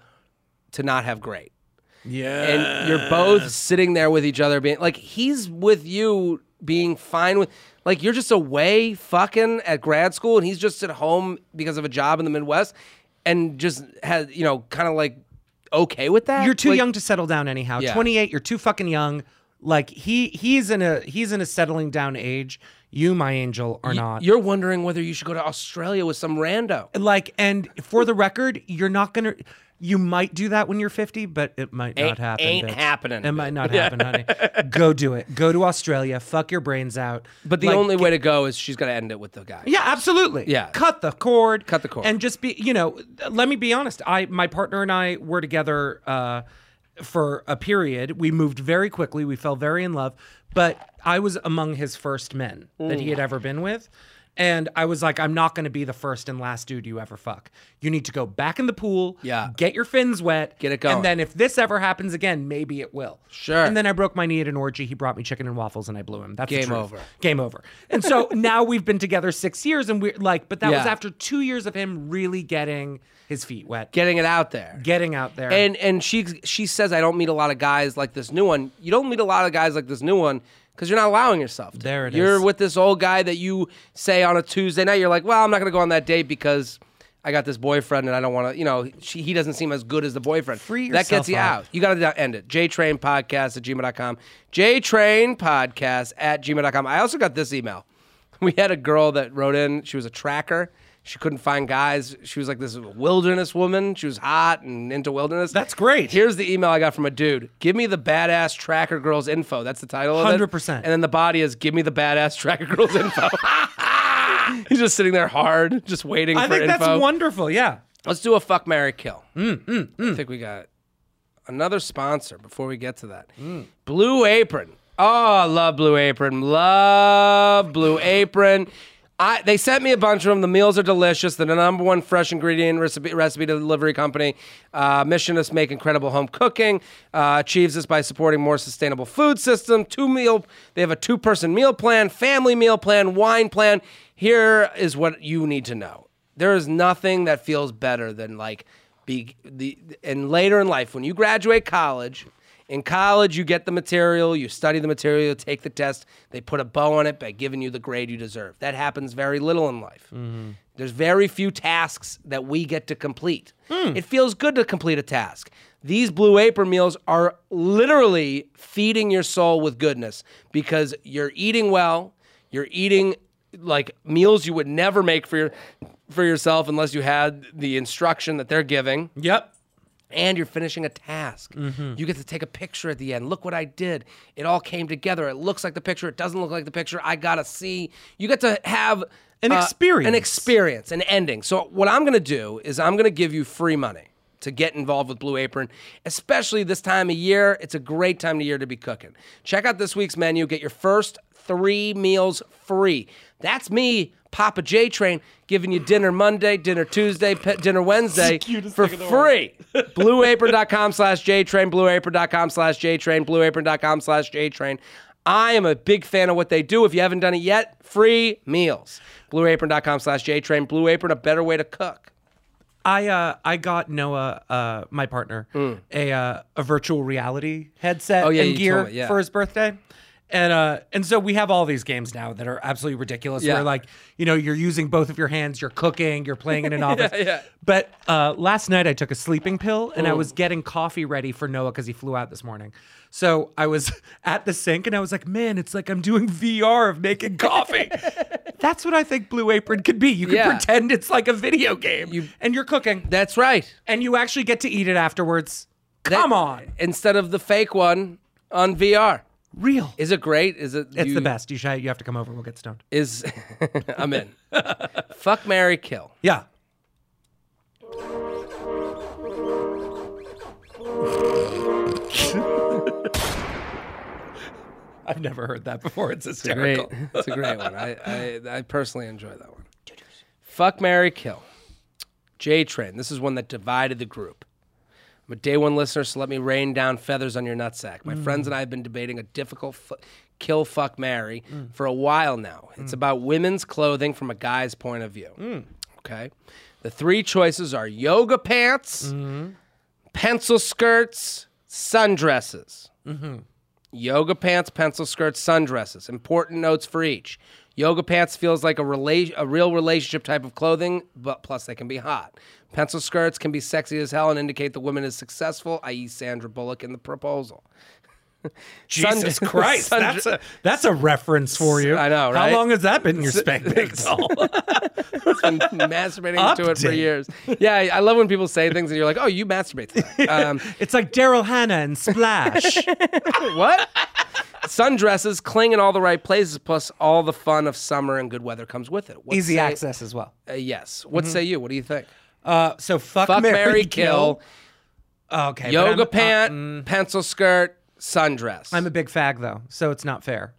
to not have great, yeah. and you're both sitting there with each other, being like, he's with you, being fine with. Like you're just away fucking at grad school, and he's just at home because of a job in the Midwest, and just has you know kind of like okay with that. You're too Like, young to settle down anyhow. Yeah. 28, you're too fucking young. Like he he's in a he's in a settling down age. You, my angel, are not. You're wondering whether you should go to Australia with some rando. like and for the record, you're not gonna you might do that when you're 50, but it might not happen. ain't bitch. happening. It might <laughs> not happen, honey. Go do it. Go to Australia. Fuck your brains out. But the Like, only way to go is she's got to end it with the guy. Yeah, absolutely. Yeah. Cut the cord. Cut the cord. And just be, you know, let me be honest. I my partner and I were together uh for a period. We moved very quickly. We fell very in love, but I was among his first men that he had ever been with. And I was like, I'm not going to be the first and last dude you ever fuck. You need to go back in the pool, Yeah. get your fins wet, Get it going. And then if this ever happens again, maybe it will. Sure. And then I broke my knee at an orgy. He brought me chicken and waffles, and I blew him. That's the Game truth. over. Game over. <laughs> And so now we've been together six years, and we're like, but that was Yeah. after two years of him really getting his feet wet, Getting it out there. getting out there. and and she she says I don't meet a lot of guys like this new one. You don't meet a lot of guys like this new one because you're not allowing yourself. To. There it You're is. with this old guy that you say on a Tuesday night. You're like, well, I'm not gonna go on that date because I got this boyfriend and I don't want to. You know, she, he doesn't seem as good as the boyfriend. Free that gets yourself you up. out. You got to end it. JTrain podcast at gmail.com. JTrain podcast at gmail.com. I also got this email. <laughs> We had a girl that wrote in. She was a tracker. She couldn't find guys. She was like this wilderness woman. She was hot and into wilderness. That's great. Here's the email I got from a dude. Give me the badass tracker girls info. That's the title of it. 100%. And then the body is give me the badass tracker girls <laughs> info. <laughs> He's just sitting there hard, just waiting I for think info. that's wonderful. Yeah. Let's do a fuck Mary Kill. I think we got another sponsor before we get to that. Blue Apron. Oh, I love Blue Apron. Love Blue Apron. I, they sent me a bunch of them. The meals are delicious. They're the number one fresh ingredient recipe, recipe delivery company. Uh, mission is make incredible home cooking. Uh, achieves this by supporting more sustainable food system. Two meal. They have a two person meal plan, family meal plan, wine plan. Here is what you need to know there is nothing that feels better than like be the and later in life when you graduate college in college you get the material you study the material take the test they put a bow on it by giving you the grade you deserve that happens very little in life there's very few tasks that we get to complete it feels good to complete a task these blue apron meals are literally feeding your soul with goodness because you're eating well you're eating like meals you would never make for your for yourself unless you had the instruction that they're giving Yep. and you're finishing a task. Mm-hmm. You get to take a picture at the end. Look what I did. It all came together. It looks like the picture. It doesn't look like the picture. I got to see. You get to have An An experience. experience, an ending. So, what I'm going to do is I'm going to give you free money to get involved with Blue Apron, especially this time of year. It's a great time of year to be cooking. Check out this week's menu. Get your first three meals free. That's me. Papa J Train giving you dinner Monday, dinner Tuesday, pe- dinner Wednesday for free. BlueApron.com slash JTrain, BlueApron.com slash JTrain, BlueApron.com slash JTrain. I am a big fan of what they do. If you haven't done it yet, free meals. BlueApron.com slash JTrain, Blue Apron, a better way to cook. I uh I got Noah uh my partner a uh, a virtual reality headset Hmm. Oh, yeah, and you gear told me, yeah. for his birthday. And uh and so we have all these games now that are absolutely ridiculous Yeah. where like you know you're using both of your hands, you're cooking, you're playing in an office. <laughs> yeah. But uh last night I took a sleeping pill and I was getting coffee ready for Noah cuz he flew out this morning. So I was <laughs> at the sink and I was like, "Man, it's like I'm doing VR of <laughs> making coffee." That's what I think Blue Apron could be. You could Yeah. pretend it's like a video game and you're cooking That's right. and you actually get to eat it afterwards. That- Come on, Instead of the fake one on VR. real. Is it great? Is it It's you- the best. You should, you have to come over. We'll get stoned. Is <laughs> I'm <laughs> in. Fuck Mary Kill. Yeah. <laughs> I've never heard that before. It's Great. hysterical. <laughs> It's a great one. I, I, I personally enjoy that one. Fuck Mary Kill. J Train. This is one that divided the group. I'm a day one listener, so let me rain down feathers on your nutsack. My friends and I have been debating a difficult fu- kill fuck Mary for a while now. It's about women's clothing from a guy's point of view. Okay. The three choices are yoga pants, pencil skirts, sundresses. Yoga pants, pencil skirts, sundresses. Important notes for each. Yoga pants feels like a, rela- a real relationship type of clothing, but plus they can be hot. Pencil skirts can be sexy as hell and indicate the woman is successful, i.e., Sandra Bullock in the proposal. <laughs> Jesus Sund- Christ, sundre- that's a that's a reference for you. I know, right? How long has that been <laughs> in your spec pixel? been <laughs> masturbating to it for Update. years. Yeah, I- I love when people say things and you're like, oh, you masturbate to <laughs> that. Um, <laughs> it's like Daryl Hannah <laughs> and Splash. what? Sundresses cling in all the right places, plus all the fun of summer and good weather comes with it. What Easy say- access Mm-hmm. as well. Uh, yes. What say you? What do you think? Uh, so fuck, Fuck, Mary, Mary, kill, Okay, but I'm- yoga uh, pant, pencil skirt, sundress. I'm a big fag though, so it's not fair.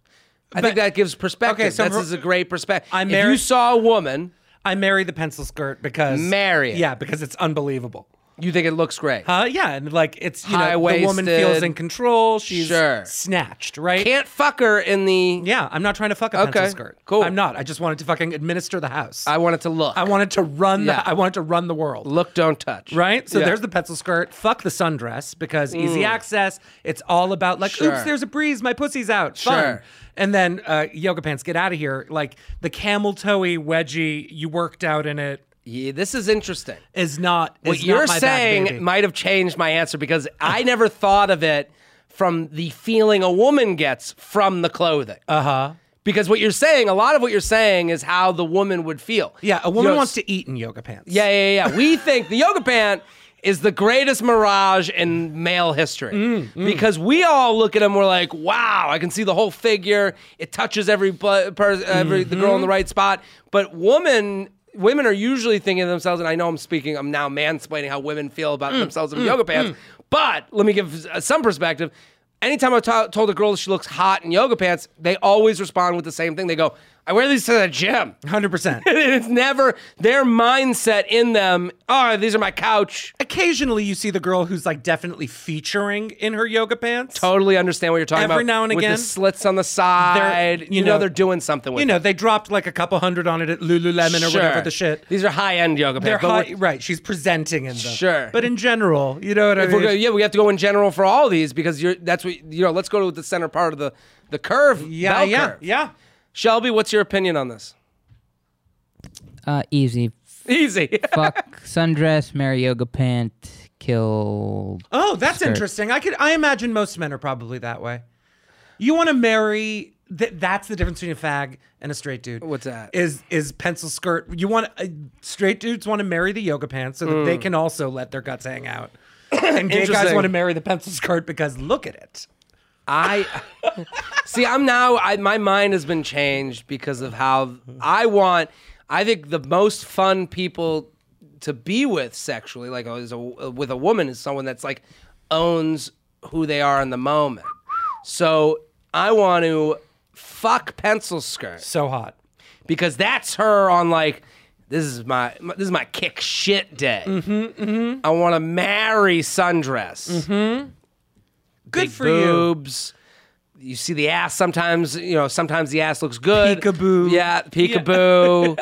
I think that gives perspective. Okay, so this for- is a great perspective. I'm if you married- saw a woman, I marry the pencil skirt because Marry it. Yeah, because it's unbelievable. you think it looks great. Uh, yeah, and like it's you know the High-waisted. woman feels in control. She's Sure. snatched, right? Can't fuck her in the. yeah, I'm not trying to fuck a Okay, pencil skirt. cool. I'm not. I just wanted to fucking administer the house. I I, want it to look. wanted to run. Yeah. The, I wanted to run the world. look, don't touch. Right? So Yeah. there's the pencil skirt. Fuck the sundress because easy access. It's all about like, Sure. oops, there's a breeze. My pussy's out. Fun. Sure. And then uh, yoga pants, get out of here. Like the camel toey wedgie you worked out in it Yeah, this is interesting. is not. What is not you're my bag, baby. saying might have changed my answer because I never thought of it from the feeling a woman gets from the clothing. Uh huh. Uh-huh. Because what you're saying, a lot of what you're saying is how the woman would feel. yeah, a woman You know, wants to eat in yoga pants. Yeah, yeah, yeah. We think the yoga pant is the greatest mirage in male history because we all look at him. We're like, wow, I can see the whole figure. It touches every bu- per- every the girl in the right spot. But woman. Women are usually thinking to themselves, and I know I'm speaking, I'm now mansplaining how women feel about themselves in yoga pants. But let me give uh, some perspective. Anytime I've to- told a girl she looks hot in yoga pants, they always respond with the same thing. They go, I wear these to the gym. <laughs> hundred percent. it's never their mindset in them. Oh, these are my couch. I Occasionally, you see the girl who's like definitely featuring in her yoga pants. totally understand what you're talking Every about. now and with again, the slits on the side. you you, know, know- they're doing something with. You know, they dropped like a couple hundred on it at Lululemon or whatever Sure. the shit. These are high end yoga They're pants. but high, we're- right? She's presenting in them. Sure. but in general, you know what I if mean. we're gonna- yeah, we have to go in general for all these because you're. That's what you know. Let's go to the center part of the the curve. yeah, bell yeah, curve. yeah. Shelby, what's your opinion on this? <laughs> Uh, easy. Easy. Fuck sundress, marry yoga pant, kill. Oh, that's Skirt. interesting. I could. I imagine most men are probably that way. You want to marry. Th- that's the difference between a fag and a straight dude. What's that? Is is pencil skirt? You want uh, straight dudes want to marry the yoga pants so that they can also let their guts <coughs> hang out, and gay guys Mm. Interesting. want to marry the pencil skirt because look at it. I see. I'm now. I, my mind has been changed because of how I want. I think the most fun people to be with sexually, like as a, with a woman, is someone that's like owns who they are in the moment. So I want to fuck pencil skirt So hot. because that's her on like this is my, my- this is my kick shit day. I want to marry sundress Good big for boobs. You see the ass sometimes, you know, sometimes the ass looks good. Peekaboo. Yeah, peekaboo.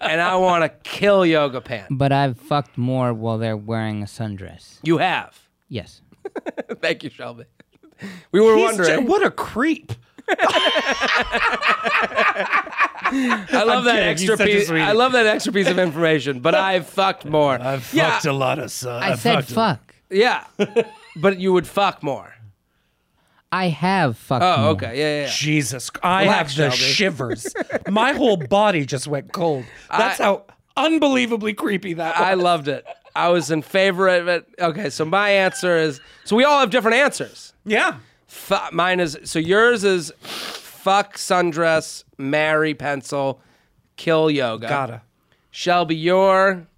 and I want to kill yoga pants. But I've fucked more while they're wearing a sundress. You have. Yes. <laughs> Thank you, Shelby. We were you. He's wondering. ju- what a creep. I love that kidding. extra He's such a piece. sweetie. I love that extra <laughs> piece of information, but I've fucked more. I've yeah, a lot of son. I, said fuck. yeah. <laughs> But you would fuck more. I have fucked. Oh, Mm. more. okay. Yeah, yeah. yeah. Jesus, I Relax, have the Shelby. <laughs> shivers. My whole body just went cold. That's I- how unbelievably creepy that was. I loved it. I was in favor of it. Okay, so my answer is so we all have different answers. yeah. Fu- mine is so yours is fuck sundress, marry pencil, kill yoga. Gotta. Shelby, your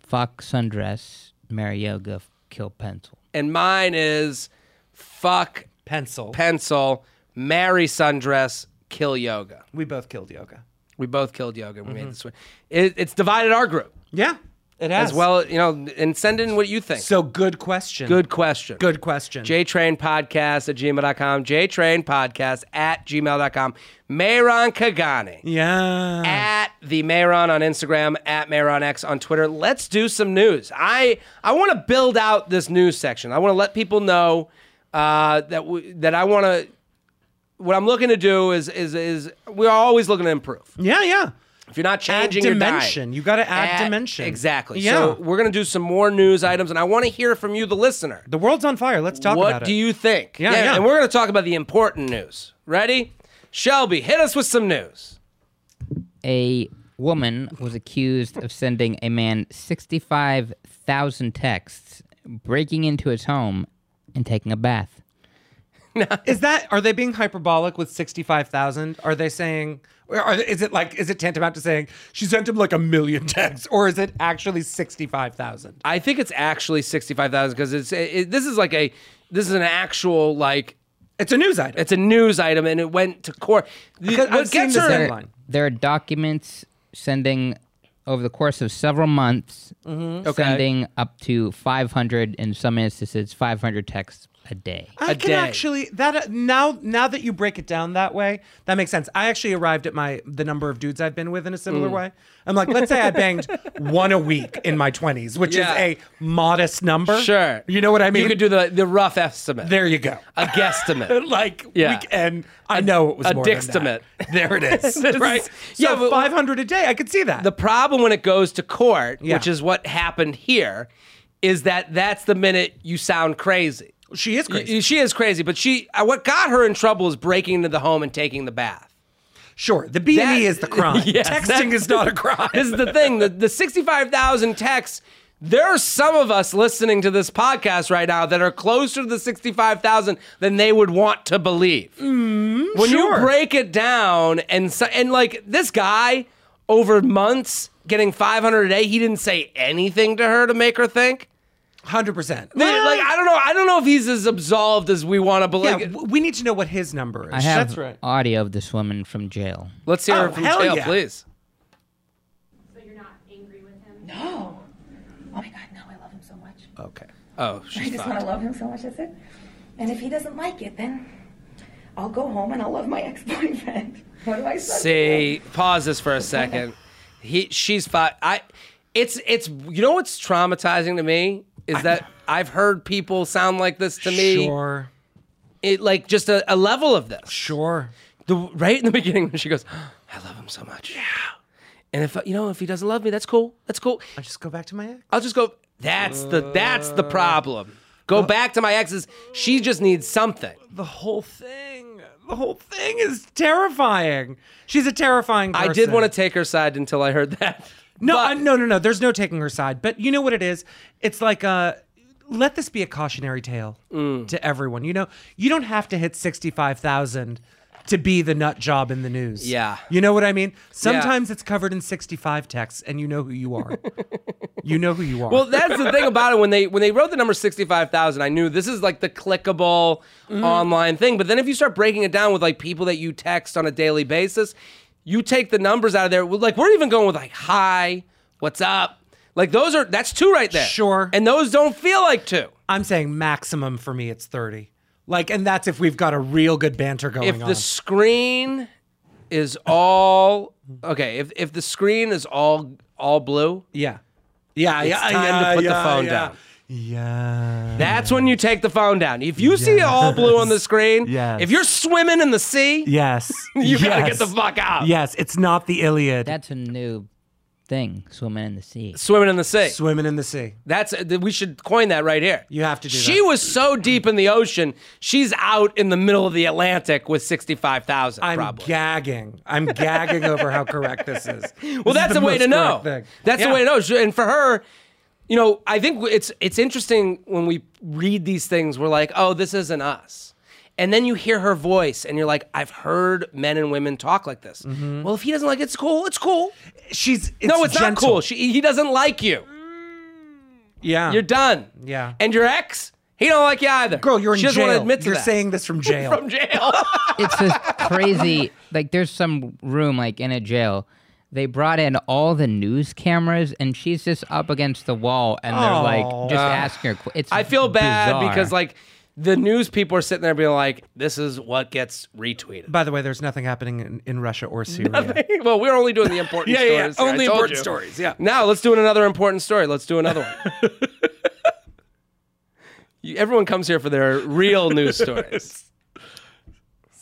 Fuck sundress, marry yoga, kill pencil. and mine is fuck Pencil. pencil, marry sundress, kill yoga. We both killed yoga. We both killed yoga. We Mm-hmm. made this switch. It, it's divided our group Yeah, it has. as well. You know, and send in what you think. So good question. good question. Good question. JTrain Podcast at gmail.com. JTrain Podcast at gmail.com. Mehran Kagani yeah. at the Mehran on Instagram, at Mehran X on Twitter. Let's do some news. I I want to build out this news section. I want to let people know uh, that we, that I want to. What I'm looking to do is is is we're always looking to improve. yeah, yeah. If you're not changing Add your diet. dimension. You gotta add dimension. Exactly. Yeah. So we're gonna do some more news items, and I want to hear from you, the listener. The world's on fire. Let's talk What about it. do you think? Yeah, yeah. And we're going to talk about the important news. Ready? Shelby, hit us with some news. A woman was accused of sending a man 65,000 texts, breaking into his home, and taking a bath. Is that are they being hyperbolic with sixty five thousand? Are they saying? or Are, is it like is it tantamount to saying she sent him like a million texts, or is it actually sixty five thousand? I think it's actually 65,000 because it's it, this is like a this is an actual like It's a news item. uh, it's a news item and it went to court. The- Because I've what seen gets this her headline. There, there are documents sending over the course of several months, Mm-hmm. sending up to 500, in some instances, 500 texts a day. I can day. actually that uh, now now that you break it down that way, that makes sense. I actually arrived at my the number of dudes I've been with in a similar Mm. way. I'm like, let's say I banged <laughs> one a week in my 20s, which Yeah. is a modest number. Sure. you know what I mean. you could do the the rough estimate. there you go. a guesstimate. <laughs> like Yeah. we, and I know it was a more than that. dixtimate. <laughs> There it is. <laughs> This right. is- yeah, yeah, but- 500 a day. I could see that. the problem when it goes to court, Yeah. which is what happened here, is that that's the minute you sound crazy. she is crazy. Y- She is crazy, but she uh, what got her in trouble is breaking into the home and taking the bath. sure, the B and E That- is the <laughs> crime. Yes, Texting that's- is not a crime. <laughs> This is the thing. The, the 65,000 texts, there are some of us listening to this podcast right now that are closer to the 65,000 than they would want to believe. when Mm-hmm, sure. you break it down and so, and like this guy over months getting 500 a day, he didn't say anything to her to make her think. 100%. They- like I don't know. I don't know if he's as absolved as we want to yeah, believe. w- we need to know what his number is. I have That's right. audio of this woman from jail. Let's hear Oh, it from hell jail, yeah. please. So you're not angry with him? No. Oh my God, no, I love him so much. Okay. Oh, I she's just want fine. to love him so much, that's it. And if he doesn't like it, then I'll go home and I'll love my ex boyfriend. <laughs> What do I say? See, pause this for a second. He, she's fine. I, it's, it's. You know what's traumatizing to me is that I've heard people sound like this to me. Sure. It like just a, a level of this. Sure. The right in the beginning when she goes, "I love him so much." Yeah. And if you know if he doesn't love me, that's cool. That's cool. I just go back to my ex. I'll just go. That's the that's the problem. Go back to my exes. She just needs something. The whole thing. The whole thing is terrifying. She's a terrifying person. I did want to take her side until I heard that. No, But- I, no, no, no. There's no taking her side. But you know what it is? It's like uh let this be a cautionary tale to everyone. You know, you don't have to hit sixty five thousand to be the nut job in the news. Yeah. You know what I mean? Sometimes it's covered in sixty five texts, and you know who you <laughs> are. you know who you are. Well, that's the thing about it. When they when they wrote the number sixty five thousand, I knew this is like the clickable Mm-hmm. online thing. But then if you start breaking it down with like people that you text on a daily basis, you take the numbers out of there. Well, Like we're even going with like hi, what's up? Like those are that's two right there. Sure. Oh And those don't feel like two. I'm saying maximum for me, it's thirty. Like, and that's if we've got a real good banter going If on. the screen is all okay, if if the screen is all all blue, yeah, yeah, It's yeah. time to yeah, put the yeah, phone yeah. down. Yeah. that's when you take the phone down. If you see all blue on the screen, Yes. if you're swimming in the sea, Yes. <laughs> You gotta get Yes. the fuck out. Yes, it's not the Iliad. That's a new thing, swimming in the sea. Swimming in the sea. Swimming in the sea. That's uh, th- we should coin that right here. You have to do She that. was so deep in the ocean. She's out in the middle of the Atlantic with sixty-five thousand. I'm Probably. gagging. I'm gagging over how correct this is. <laughs> This well, is that's the a way most to know. correct thing. That's Yeah. the way to know. She- And for her, you know, I think it's it's interesting when we read these things. We're like, oh, this isn't us. And then you hear her voice, and you're like, I've heard men and women talk like this. Well, if he doesn't like it, it's cool. It's cool. She's Mm-hmm. it's no, it's not gentle. cool. She, he doesn't like you. Yeah. You're done. Yeah. And your ex, He don't like you either. Girl, you're in she doesn't jail. want to admit to you're that. <laughs> saying this <laughs> from jail. from jail. it's this crazy like there's some room like in a jail they brought in all the news cameras and she's just up against the wall and they're Oh. like just asking her qu- it's Uh, I feel bad bizarre. because like the news people are sitting there being like, "This is what gets retweeted." <laughs> By the way, there's nothing happening in, in Russia or Syria. well, we're only doing the important <laughs> Yeah, yeah, stories. here, I only told important you. stories, yeah. Now let's do another important story. Let's do another one. <laughs> You- Everyone comes here for their real <laughs> news stories.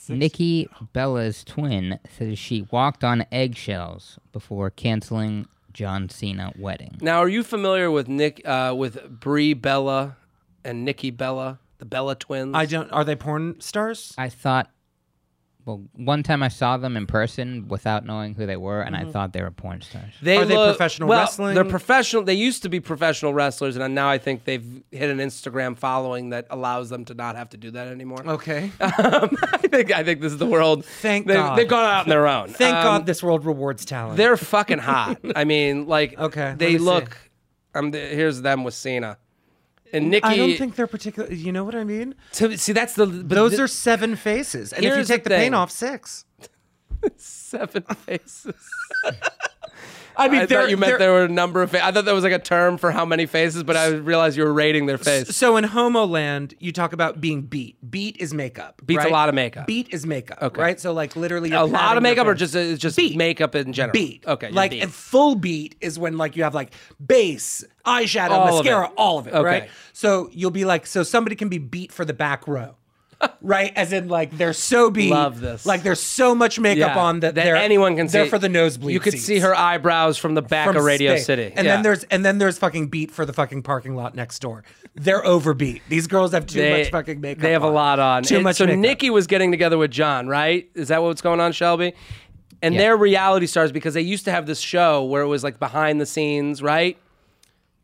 nikki bella's twin says she walked on eggshells before canceling john cena wedding Now, are you familiar with Nick, uh, with Brie Bella and Nikki Bella, the Bella twins? I don't. Are they porn stars? i thought well one time i saw them in person without knowing who they were and Mm-hmm. i thought they were porn stars They Are they look- professional well, wrestling? They're professional. They used to be professional wrestlers, and now I think they've hit an Instagram following that allows them to not have to do that anymore. Okay. <laughs> Um, I think I think this is the world. Thank they, God. they've gone out on their own. Thank Um, God this world rewards talent. they're fucking <laughs> hot. I mean, like Okay, let they me see. look. Um, the, here's them with Cena and Nikki. I don't think they're particular. You know what I mean? to, see that's the but Those th- are seven faces, and if you Here's the take the, paint thing. off, six. <laughs> seven faces. I mean, I thought you meant there were a number of. Fa- I thought that was like a term for how many faces, but I realized you were rating their face. So in Homoland, you talk about being beat. Beat is makeup. Beat's a right? lot of makeup. Beat is makeup. Right. So like literally you're A lot patting of your makeup, or face. just uh, just Beat. makeup in general. beat. Okay, you're like beat. and full beat is when like you have like base, eyeshadow, All of mascara, it. all of it, Okay. right? So you'll be like, so somebody can be beat for the back row. <laughs> right, as in like they're so beat, Love this. Like there's so much makeup Yeah, on that, they're, anyone can see. They're for the nosebleed. You could seats. see her eyebrows from the back From of Radio space. City. and Yeah. then there's and then there's fucking beat for the fucking parking lot next door. They're overbeat. These girls have too much fucking makeup. They have a on. lot on. Too And much. So makeup. Nikki was getting together with John, right? Is that what's going on, Shelby? And Yeah. they're reality stars because they used to have this show where it was like behind the scenes, right?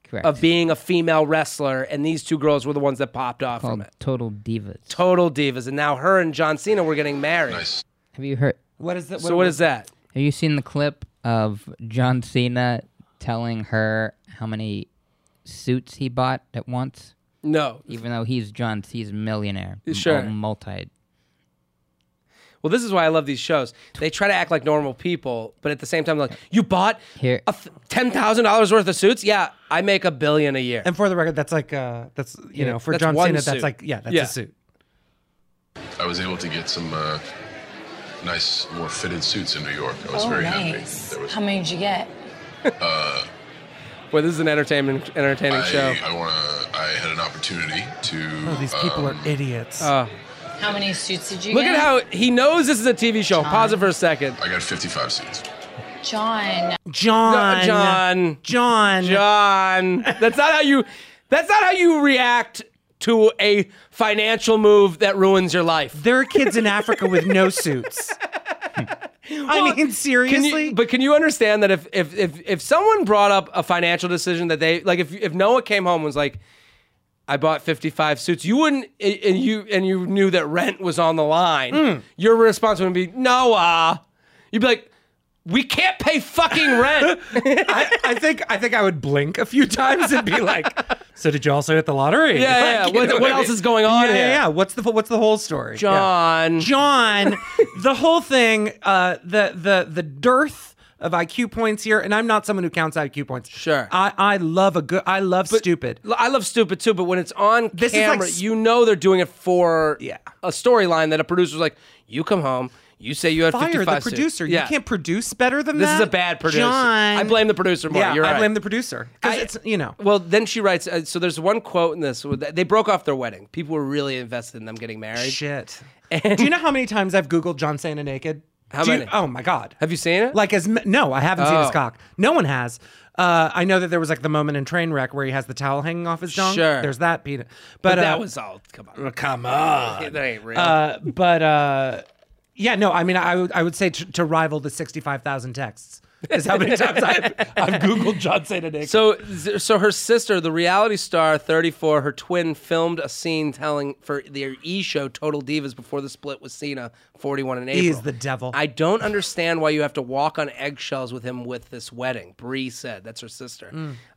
correct Of being a female wrestler, and these two girls were the ones that popped off from called it. total divas Total divas, and now her and John Cena were getting married. have you heard What is that? So what is that? Have you seen the clip of John Cena telling her how many suits he bought at once? No. Even though he's John C's millionaire, m- Sure. multi. Well, this is why I love these shows. They try to act like normal people, but at the same time, like you bought Here- a th- ten thousand dollars worth of suits. Yeah, I make a billion a year. And for the record, that's like uh, that's you know for that's John one Cena, suit. that's like yeah, that's Yeah. a suit. I was able to get some uh, nice, more fitted suits in New York. I was Oh, very nice. happy. There was, How many did you get? Well, this is an entertainment, entertaining uh, show. I, I want to. I had an opportunity to. uh, Oh, these people are idiots. How many suits did you Look get? at how he knows this is a TV show. Pause it for a second. I got 55 suits. how John. John, John. John, John, that's not how you. That's not how you react to a financial move that ruins your life. There are kids in Africa with no <laughs> suits. I mean, Can seriously. you, but can you understand that if, if if if someone brought up a financial decision that they like, if if Noah came home and was like, I bought fifty five suits, you wouldn't, and and you and you knew that rent was on the line. Hmm. Your response would be Noah. You'd be like, we can't pay fucking <laughs> rent. I, I think I think I would blink a few times and be like, <laughs> "So did you also hit the lottery? Yeah, yeah, Like, you what- know what I else mean? is going on Yeah, yeah, here? yeah. What's the what's the whole story? Yeah. John. <laughs> John, the whole thing, uh, the the the dearth of IQ points here, and I'm not someone who counts IQ points. Sure. I, I love a good. I love stupid. L- I love stupid too, but when it's on This is like camera, s- you know they're doing it for Yeah. a storyline that a producer's like, you come home, you say you had Fire 55 the suits." producer. Yeah. You can't produce better than This that. is a bad producer. John. I blame the producer more. Yeah, You're I right. blame the producer because I- it's <laughs> you know. Well, then she writes. Uh, so there's one quote in this. with- They broke off their wedding. People were really invested in them getting married. Shit. Do you know how many times I've Googled John Cena naked? How Do you- many? oh my god. Have you seen it? Like as m- no, I haven't seen his Oh. cock. No one has. Uh, I know that there was like the moment in Trainwreck where he has the towel hanging off his dong. Sure. There's that peanut. but But, that uh, was all. Come on, come on. that ain't real. Uh, but uh, yeah, no. I mean, I would I would say to, to rival the sixty five <laughs> thousand texts is how many times I've, I've Googled John Cena naked. so, so her sister, the reality star, 34, her twin, filmed a scene telling for their E show Total Divas before the split with Cena, 41 in April. He is the devil. I don't understand why you have to walk on eggshells with him with this wedding. Bree said that's her sister.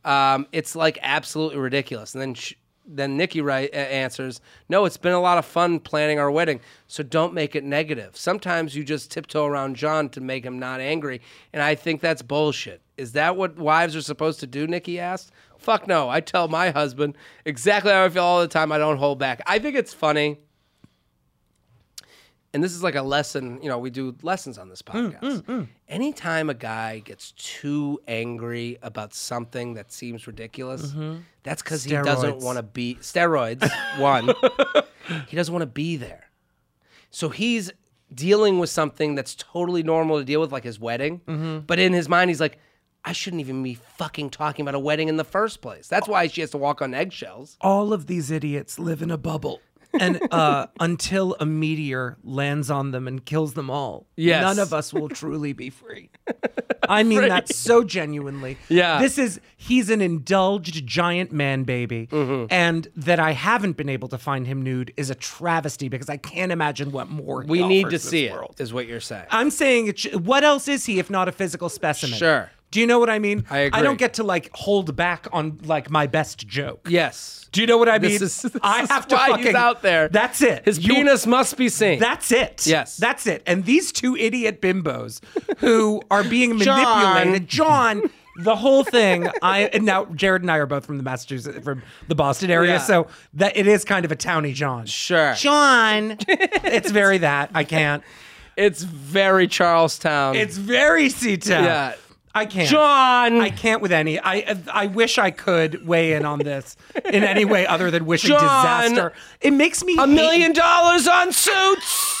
Um, it's like absolutely ridiculous. And then sh Then Nikki right, uh, answers, No, it's been a lot of fun planning our wedding, so don't make it negative. Sometimes you just tiptoe around John to make him not angry, and I think that's bullshit. Is that what wives are supposed to do? Nikki asked. Fuck no. I tell my husband exactly how I feel all the time. I don't hold back. I think it's funny and this is like a lesson, you know, we do lessons on this podcast. Anytime a guy gets too angry about something that seems ridiculous, that's because he doesn't Steroids. want to be steroids, one. he doesn't want to be there. So he's dealing with something that's totally normal to deal with, like his wedding. But in his mind, he's like, I shouldn't even be fucking talking about a wedding in the first place. That's why she has to walk on eggshells. all of these idiots live in a bubble. And <laughs> uh, until a meteor lands on them and kills them all, Yes. none of us will truly be <laughs> free. I mean that so genuinely. Yeah. This is, he's an indulged giant man baby. Mm-hmm. And that I haven't been able to find him nude is a travesty because I can't imagine what more he We need to offers this see it, world. is what you're saying. I'm saying, it sh- what else is he if not a physical specimen? Sure. Do you know what I mean? I agree. I don't get to like hold back on like my best joke. yes. Do you know what I mean? This is- <laughs> this I is have to why he's fucking out there. That's it. His You- penis must be seen. That's it. Yes. That's it. And these two idiot bimbos who are being <laughs> John. manipulated, John, the whole thing. I and now Jared and I are both from the Massachusetts from the Boston area, Yeah. so that it is kind of a towny John. Sure. <laughs> John. it's very that. I can't. It's very Charlestown. It's very C town. Yeah. I can't. John. I can't with any. I I wish I could weigh in on this in any way other than wishing John. disaster. It makes me a million dollars on <laughs> suits.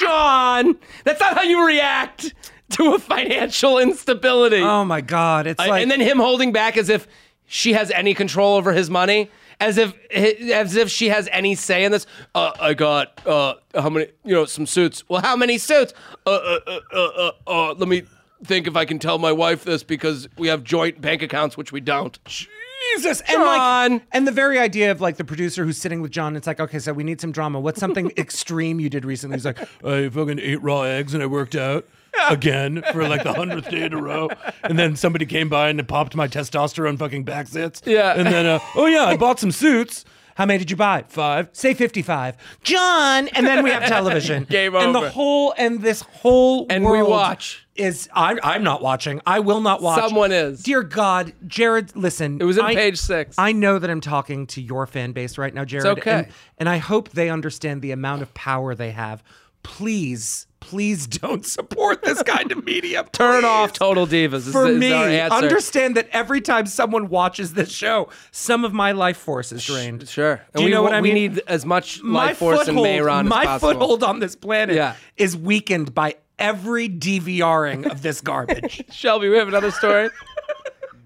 John, that's not how you react to a financial instability. Oh my god! It's I- like and then him holding back as if she has any control over his money, as if as if she has any say in this. Uh, I got uh, how many? You know, some suits. Well, how many suits? Uh, uh, uh, uh, uh, uh, let me think if I can tell my wife this because we have joint bank accounts, which we don't. Jesus and John. like and the very idea of like the producer who's sitting with John. It's like okay, so we need some drama. <laughs> What's something extreme you did recently? He's like, I fucking ate raw eggs and I worked out again for like the hundredth day in a row. And then somebody came by and popped my testosterone fucking back zits. Yeah. And then, uh, oh yeah, I bought some suits. how many did you buy? Five. Say fifty-five, John. And then <laughs> we have television. Game and over. the whole and this whole And we world watch. is I'm I'm not watching. I will not watch. Someone is. Dear God, Jared, listen. It was in I- page six. I know that I'm talking to your fan base right now, Jared. okay. And, and I hope they understand the amount of power they have. Please, please <laughs> don't support this kind of media. <laughs> Turn Please. off Total Divas. is- For is me, our answer. understand that every time someone watches this show, some of my life force is drained. Sure. Do you we, know what I we mean? need as much my life force and foothold, Mayron my as possible. foothold on this planet Yeah. is weakened by every DVRing of this garbage. Shelby, we have another <laughs> story.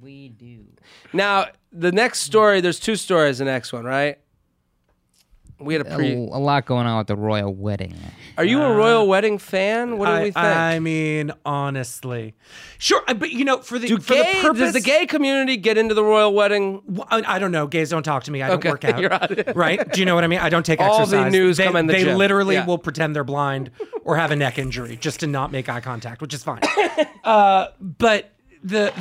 We do. now, the next story, there's two stories in the next one, right? We had a A, pre. a lot going on with the royal wedding. Are you uh, a royal wedding fan? <laughs> What do I, we think? I mean, honestly, sure, I- but you know, for the do for gay, the purpose, does the gay community get into the royal wedding? Well, I, I don't know. Gays don't talk to me. I don't Okay, work <laughs> out. you're out. right? Do you know what I mean? I don't take <laughs> All the exercise. news they, come in the They gym. literally Yeah. will pretend they're blind or have a neck injury just to not make eye contact, which is fine. uh, but the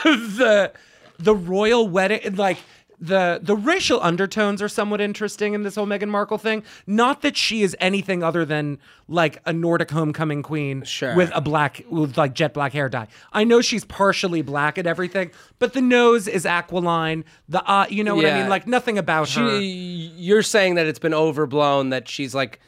<laughs> the the royal wedding, like. The the racial undertones are somewhat interesting in this whole Meghan Markle thing. Not that she is anything other than like a Nordic homecoming queen Sure. with a black with like jet black hair dye. I know she's partially black and everything, but the nose is aquiline. The eye, you know what I Yeah. mean? Like nothing about her. She, you're saying that it's been overblown, that she's like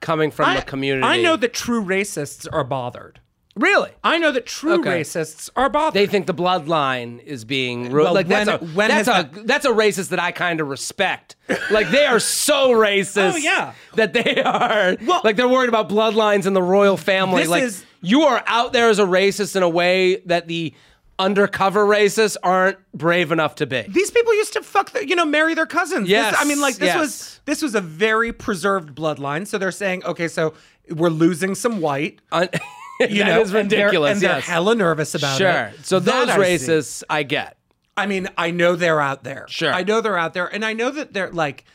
coming from I, the community. I know that true racists are bothered. Really? I know that true Okay. racists are bothered. They think the bloodline is being ru- Well, like that's when- a when that's has a that's a racist that I kind of respect. Like they are so racist. <laughs> Oh, yeah. that they are Well- like they're worried about bloodlines in the royal family. This like is- you are out there as a racist in a way that the undercover racists aren't brave enough to be. these people used to fuck, their, you know, marry their cousins. This- Yes, I mean, like this yes. was this was a very preserved bloodline. So they're saying, okay, so we're losing some white. Un- <laughs> You That know, is and they're- ridiculous. And they're, yes. hella nervous about sure. it. So those That I see. racists, I get. I mean, I know they're out there. Sure. I know they're out there. And I know that they're like,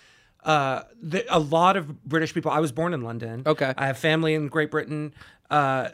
uh, the, a lot of British people. I was born in London. Okay. I have family in Great Britain. Uh,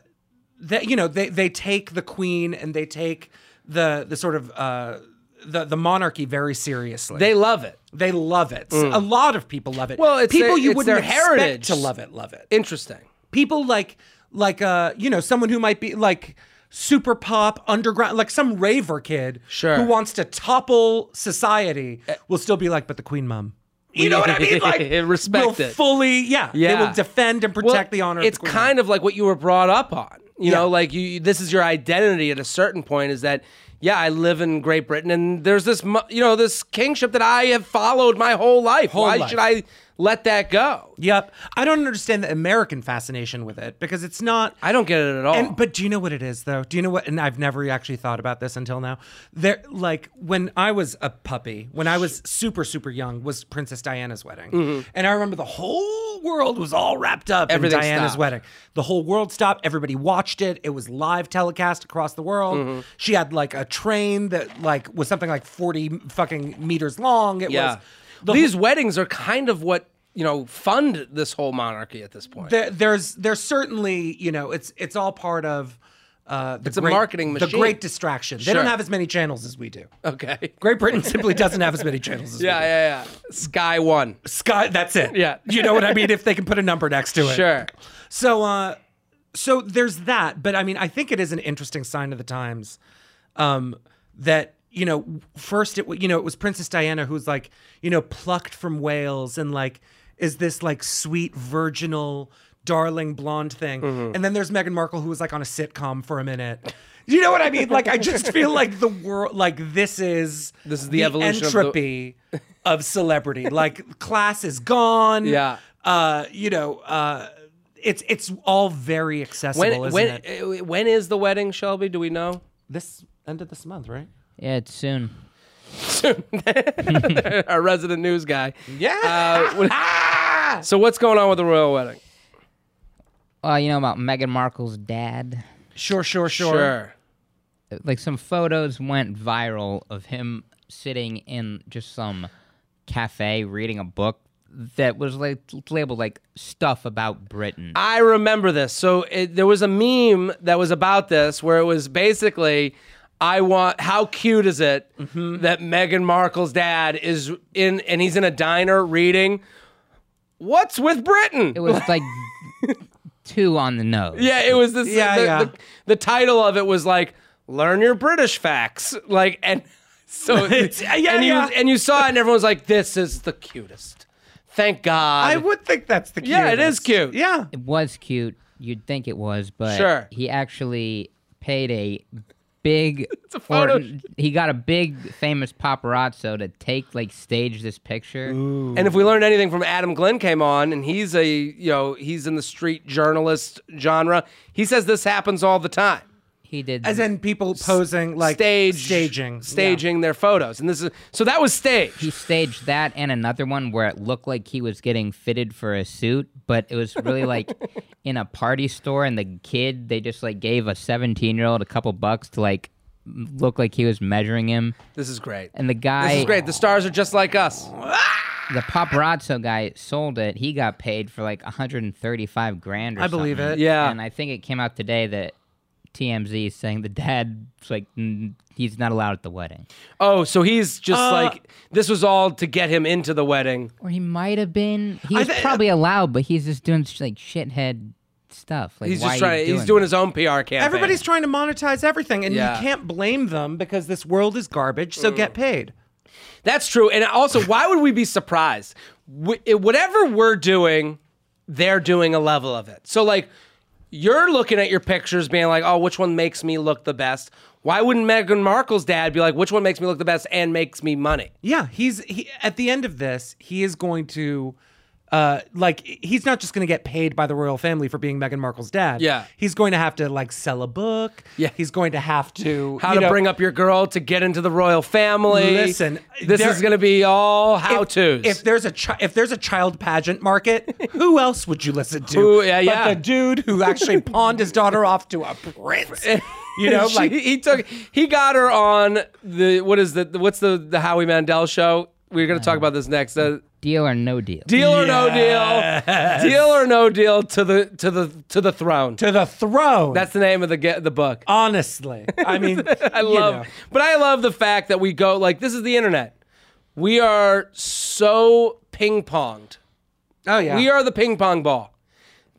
that you know, they they take the Queen and they take the the sort of uh, the, the monarchy very seriously. They love it. They love it. A lot of people love it. Well, it's people their- you it's wouldn't their expect heritage. to love it. Love it. Interesting. People like like uh you know someone who might be like super pop underground like some raver kid Sure. who wants to topple society will still be like but the queen mom. Eh. You know what I mean? Like Respect <laughs> will it. fully yeah, Yeah. they will defend and Well, protect the honor. It's of the queen kind of like what you were brought up on. You Yeah. know, like you, this is your identity at a certain point is that, yeah, I live in Great Britain and there's this, mu- you know, this kingship that I have followed my whole life. Whole Why life. should I let that go? Yep. I don't understand the American fascination with it because it's not I don't get it at all. And but do you know what it is though? Do you know what? And I've never actually thought about this until now. There, like when I was a puppy, when I was super super young, was Princess Diana's wedding, and I remember the whole world was all wrapped up Mm-hmm. Everything in Diana's stopped. wedding. The whole world stopped. Everybody watched it. It was live telecast across the world. Mm-hmm. She had like a train that like was something like forty fucking meters long. It yeah. was. the These weddings are kind of what, you know, fund this whole monarchy at this point. there, there's there's certainly you know it's it's all part of uh, the a great, marketing The machine. great distraction. They Sure. don't have as many channels as we do. <laughs> okay. Great Britain <laughs> simply doesn't have as many channels. as Yeah, we do. yeah, yeah. Sky One. Sky. That's it. Yeah. you know what I mean. If they can put a number next to it, Sure. So, uh, so there's that. But I mean, I think it is an interesting sign of the times um, that you know, first it w- you know it was Princess Diana who was like you know plucked from Wales and like is this like sweet virginal darling blonde thing, Mm-hmm. and then there's Meghan Markle who was like on a sitcom for a minute. You know what I mean? Like <laughs> I just feel like the world, like this is This is the evolution of the- entropy of, celebrity. Like class is gone. Yeah. Uh, you know, uh, it's it's all very accessible, When isn't when it? uh, when is the wedding, Shelby? Do we know? This end of this month, right? Yeah, it's soon. Our resident news guy. Yeah. Uh, when- <laughs> so what's going on with the royal wedding? Well, Uh, you know about Meghan Markle's dad. sure, sure, sure. Like some photos went viral of him sitting in just some cafe reading a book that was like labeled like stuff about Britain. I remember this. So it, there was a meme that was about this where it was basically, I want, how cute is it that Meghan Markle's dad is in, and he's in a diner reading, What's with Britain? it was like two on the nose. yeah, it was this. Yeah, the, yeah. The, the title of it was like, Learn Your British Facts. Like, and <laughs> so, yeah, and, you, yeah. and you saw it, and everyone was like, This is the cutest. Thank God. I would think that's the cutest. Yeah, it is cute. Yeah. It was cute. You'd think it was, but Sure. he actually paid a <laughs> big. it's a photo he got a big famous paparazzo to take like stage this picture. And if we learned anything from Adam Glenn came on, and he's a you know he's in the street journalist genre. He says this happens all the time. He did. As in people posing like Stage staging. staging their photos, and this is so that was staged. he staged that and another one where it looked like he was getting fitted for a suit, but it was <laughs> really like in a party store, and the kid they just like gave a seventeen-year-old a couple bucks to like m- look like he was measuring him, This is great. and the guy. This is great. The stars are just like us. the paparazzo guy sold it. He got paid for like 135 grand. Or I believe something. it. Yeah. and I think it came out today that TMZ is saying the dad's like "Mm, he's not allowed at the wedding, Oh, so he's just Uh, like this was all to get him into the wedding. or he might have been. He was uh, thi- probably allowed, but he's just doing sh- like shithead stuff. Like He's why just are you trying. Doing He's doing that? his own PR campaign. Everybody's trying to monetize everything, and Yeah. Mm. you can't blame them because this world is garbage. So get paid. That's true. And also, why would we be surprised? Wh- it- Whatever we're doing, they're doing a level of it. So, like, you're looking at your pictures being like, oh, which one makes me look the best? Why wouldn't Meghan Markle's dad be like, which one makes me look the best and makes me money? Yeah, he's he, at the end of this, he is going to uh like he's not just going to get paid by the royal family for being Meghan Markle's dad. Yeah. He's going to have to like sell a book. Yeah. He's going to have to How you to know, bring up your girl to get into the royal family. Listen, this there- is going to be all how to's. If there's a chi- if there's a child pageant market, who else would you listen to? Who- yeah, but yeah. The dude <laughs> who actually pawned his daughter off to a prince. You know, She- like he took he got her on the what is the what's the the Howie Mandel show? we are going to Uh-huh. talk about this next. Uh, Deal or no deal. deal or no deal. Deal or no deal to the to the to the throne. to Oh, the throne. That's the name of the ge- the book. honestly. I mean, <laughs> I love, but I love the fact that we go like this is the internet. We are so ping ponged. Oh yeah, We are the ping pong ball.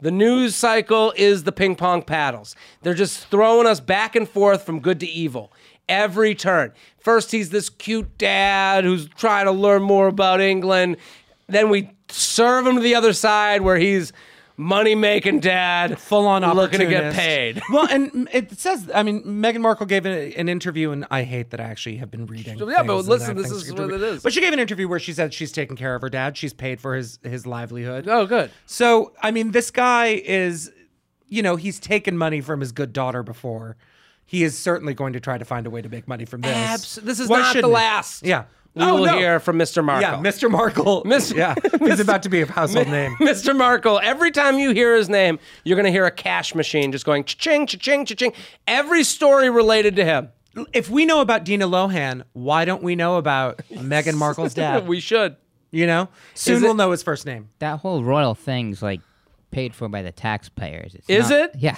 The news cycle is the ping pong paddles. They're just throwing us back and forth from good to evil every turn. First, he's this cute dad who's trying to learn more about England. Then we serve him to the other side where he's money making dad, full on looking to get opportunist. paid. <laughs> well, and it says, I mean, Meghan Markle gave an, an interview, and I hate that I actually have been reading. Yeah, but things and listen, I this think is she's what doing- it is. But she gave an interview where she said she's taking care of her dad. She's paid for his his livelihood. Oh, good. So, I mean, this guy is, you know, he's taken money from his good daughter before. He is certainly going to try to find a way to make money from this. Abs- this is Why not the shouldn't he? last. Yeah. We Oh, will no. hear from Mr. Markle. Yeah, <laughs> Mr. Markle. Mis- yeah, he's about to be a <laughs> household name. Mr. Markle, every time you hear his name, you're going to hear a cash machine just going cha-ching, cha-ching, cha-ching. Every story related to him. If we know about Dina Lohan, why don't we <laughs> know about Meghan Markle's dad? we should. You know, soon it- we'll know his first name. That whole royal thing's like paid for by the taxpayers. It's Is not- it? Yeah.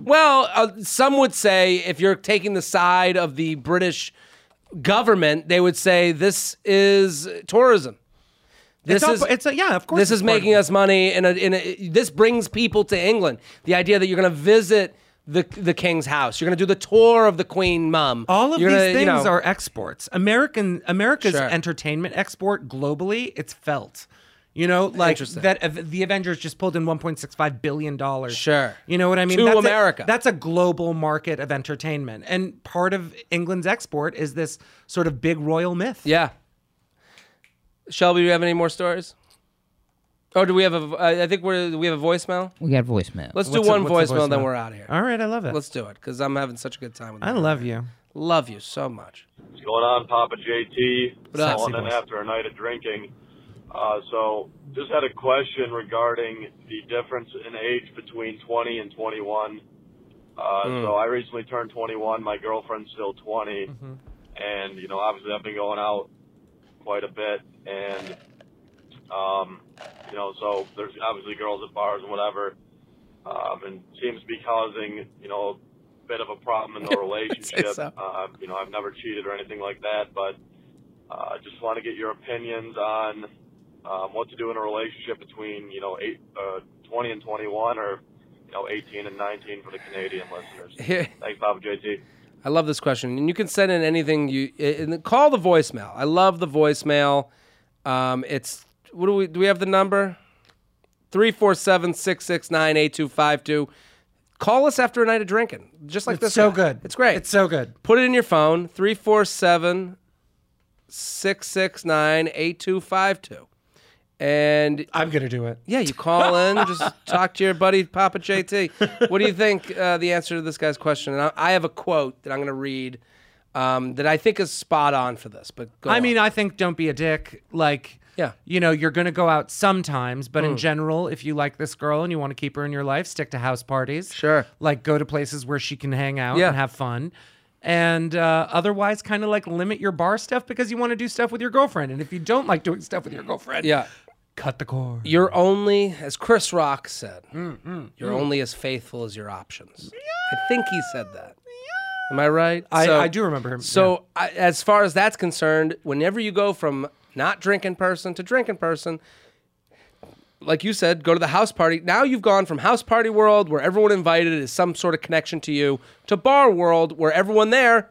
Well, uh, some would say if you're taking the side of the British government, they would say this is tourism. This it's all- is it's a, yeah, of course. this it's is part of making it. us money, and in a, this brings people to England. The idea that you're going to visit the the king's house, you're going to do the tour of the queen mum. all of You're these gonna, things you know- are exports. American America's Sure. entertainment export globally, it's felt. You know, like Interesting. that av- the Avengers just pulled in 1.65 billion dollars. Sure. You know what I mean? To that's a- America. that's a global market of entertainment, and part of England's export is this sort of big royal myth. Yeah. Shelby, do you have any more stories? Or do we have a? I I think we're we have a voicemail. We got voicemail. Let's do What's a- one what's a voicemail, then voicemail? we're out of here. All right, I love it. Let's do it because I'm having such a good time with I you. love you. Love you so much. What's going on, Papa JT? What up? Calling in Sexy voice. after a night of drinking. Uh, so, just had a question regarding the difference in age between 20 and 21. Uh, So, I recently turned 21. My girlfriend's still 20. And, you know, obviously I've been going out quite a bit. And, um, you know, so there's obviously girls at bars and whatever. Um, and seems to be causing, you know, a bit of a problem in the relationship. so. uh, you know, I've never cheated or anything like that, but uh, just want to get your opinions on um, what to do in a relationship between, you know, eight, uh, 20 and 21 or, you know, 18 and 19 for the Canadian listeners. Thanks, Papa JT. I love this question, and you can send in anything you and call the voicemail. I love the voicemail. Um, it's what do we do? We have the number 347-669-8252. Call us after a night of drinking, just like It's this. so guy. good. It's great. It's so good. Put it in your phone 347 669 8252. And I'm gonna do it. yeah, you call in, <laughs> just talk to your buddy Papa JT. What do you think uh, the answer to this guy's question? And I, I have a quote that I'm going to read um, that I think is spot on for this. But go I on. mean, I think don't be a dick. Like, Yeah. Mm. you know, you're going to go out sometimes, but in general, if you like this girl and you want to keep her in your life, stick to house parties. Sure. Like, go to places where she can hang out Yeah. and have fun. And uh, otherwise, kind of like limit your bar stuff because you want to do stuff with your girlfriend. And if you don't like doing stuff with your girlfriend, yeah, cut the cord. you're only, as Chris Rock said, Hmm, you're only as faithful as your options. I think he said that. Am I right? I, So- I do remember him. So, I, as far as that's concerned, whenever you go from not drinking person to drinking person, like you said, go to the house party. Now you've gone from house party world, where everyone invited is some sort of connection to you, to bar world, where everyone there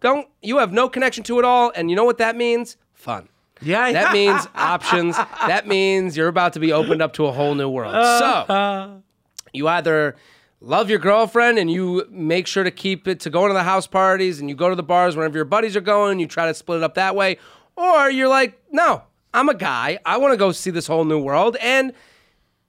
don't you have no connection to it all, and you know what that means? Fun. yeah, yeah. That means options. That means you're about to be opened up to a whole new world. So you either love your girlfriend and you make sure to keep it to going to the house parties and you go to the bars whenever your buddies are going, you try to split it up that way, or you're like, no, I'm a guy. I want to go see this whole new world and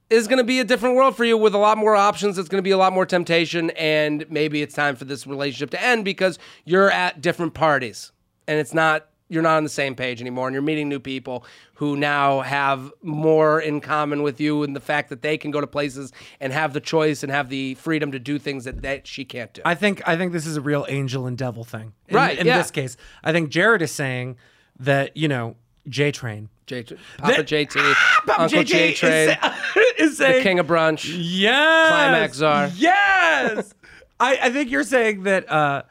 is going to be a different world for you with a lot more options. It's going to be a lot more temptation, and maybe it's time for this relationship to end because you're at different parties and it's not you're not on the same page anymore, and you're meeting new people who now have more in common with you, and the fact that they can go to places and have the choice and have the freedom to do things that, that she can't do. I think I think this is a real angel and devil thing. In, Right, In yeah. this case, I think Jared is saying that you know J Train. J Train. Papa JT, <laughs> Papa Uncle JT J is Train, <laughs> is the saying- King of Brunch. Yes. Climax czar. Yes. I, I think you're saying that uh,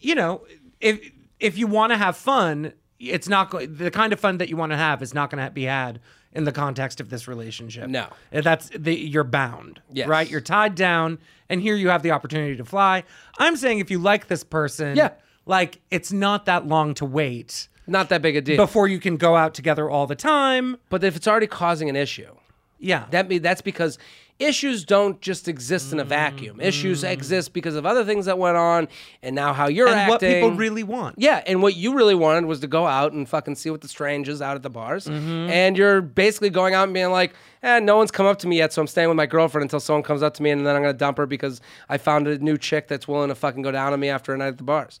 you know, if if you want to have fun, it's not go- the kind of fun that you want to have is not going to be had in the context of this relationship. No. And that's the you're bound, Yes. right? You're tied down, and here you have the opportunity to fly. I'm saying if you like this person, Yeah. like it's not that long to wait Not that big a deal. before you can go out together all the time. but if it's already causing an issue, Yeah, that be, that's because issues don't just exist in a vacuum. Issues exist because of other things that went on, and now how you're Mm. and acting. what people really want. Yeah, and what you really wanted was to go out and fucking see what the strange is out at the bars. Mm-hmm. And you're basically going out and being like, eh, no one's come up to me yet, so I'm staying with my girlfriend until someone comes up to me and then I'm gonna dump her because I found a new chick that's willing to fucking go down on me after a night at the bars.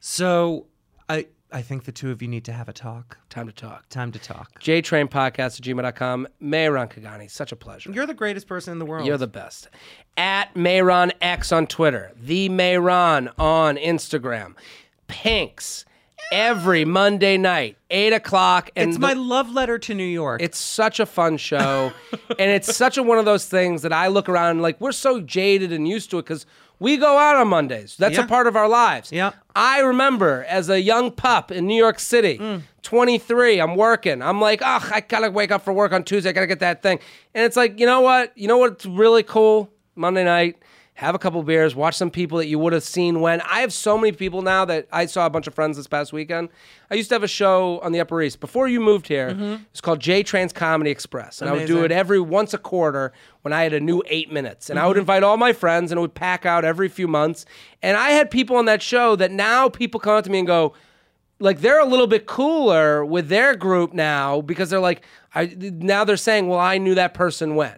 So I I think the two of you need to have a talk. Time to talk. Time to talk. JTrainPodcast at gmail.com. Mehran Kagani, such a pleasure. You're the greatest person in the world. You're the best. At Mayron X on Twitter, the Mayron on Instagram, Pinks every Monday night, eight o'clock. And It's the- my love letter to New <laughs> York. It's such a fun show. and it's such a one of those things that I look around and like we're so jaded and used to it because we go out on Mondays. That's Yeah. a part of our lives. Yeah. I remember as a young pup in New York City, Mm. 23, I'm working. I'm like, oh, I gotta wake up for work on Tuesday. I gotta get that thing. And it's like, you know what? You know what's really cool? Monday night. Have a couple beers, watch some people that you would have seen when. I have so many people now that I saw a bunch of friends this past weekend. I used to have a show on the Upper East before you moved here. It's called J Trans Comedy Express, and I would do it Amazing. every once a quarter when I had a new eight minutes. And I would invite all my friends and it would pack out every few months. And I had people on that show that now people come up to me and go, like they're a little bit cooler with their group now because they're like I, now they're saying well i knew that person when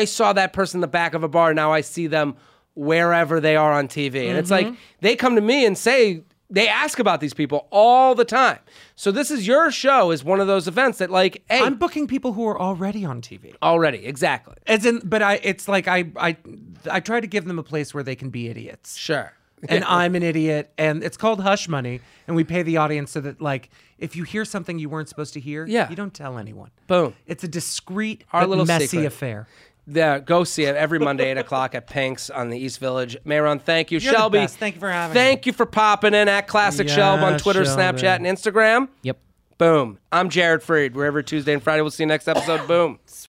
i saw that person in the back of a bar now i see them wherever they are on tv and it's like they come to me and say they ask about these people all the time so this is your show is one of those events that like hey I'm booking people who are already on TV. already exactly As in, but I, it's like I, I, I try to give them a place where they can be idiots. sure <laughs> And I'm an idiot, and it's called hush money, and we pay the audience so that, like, if you hear something you weren't supposed to hear, Yeah. you don't tell anyone. Boom. It's a discreet, Our but little messy secret. affair. Yeah, go see it every Monday, 8 o'clock at Pink's on the East Village. Mayron, thank you. You're the Shelby, best. Thank you for having Thank you for popping in at Classic Shelb on Yeah, Twitter, Shelby. Snapchat, and and Instagram. Yep. Boom. I'm Jared Freed. We're every Tuesday and Friday. We'll see you next episode. Boom.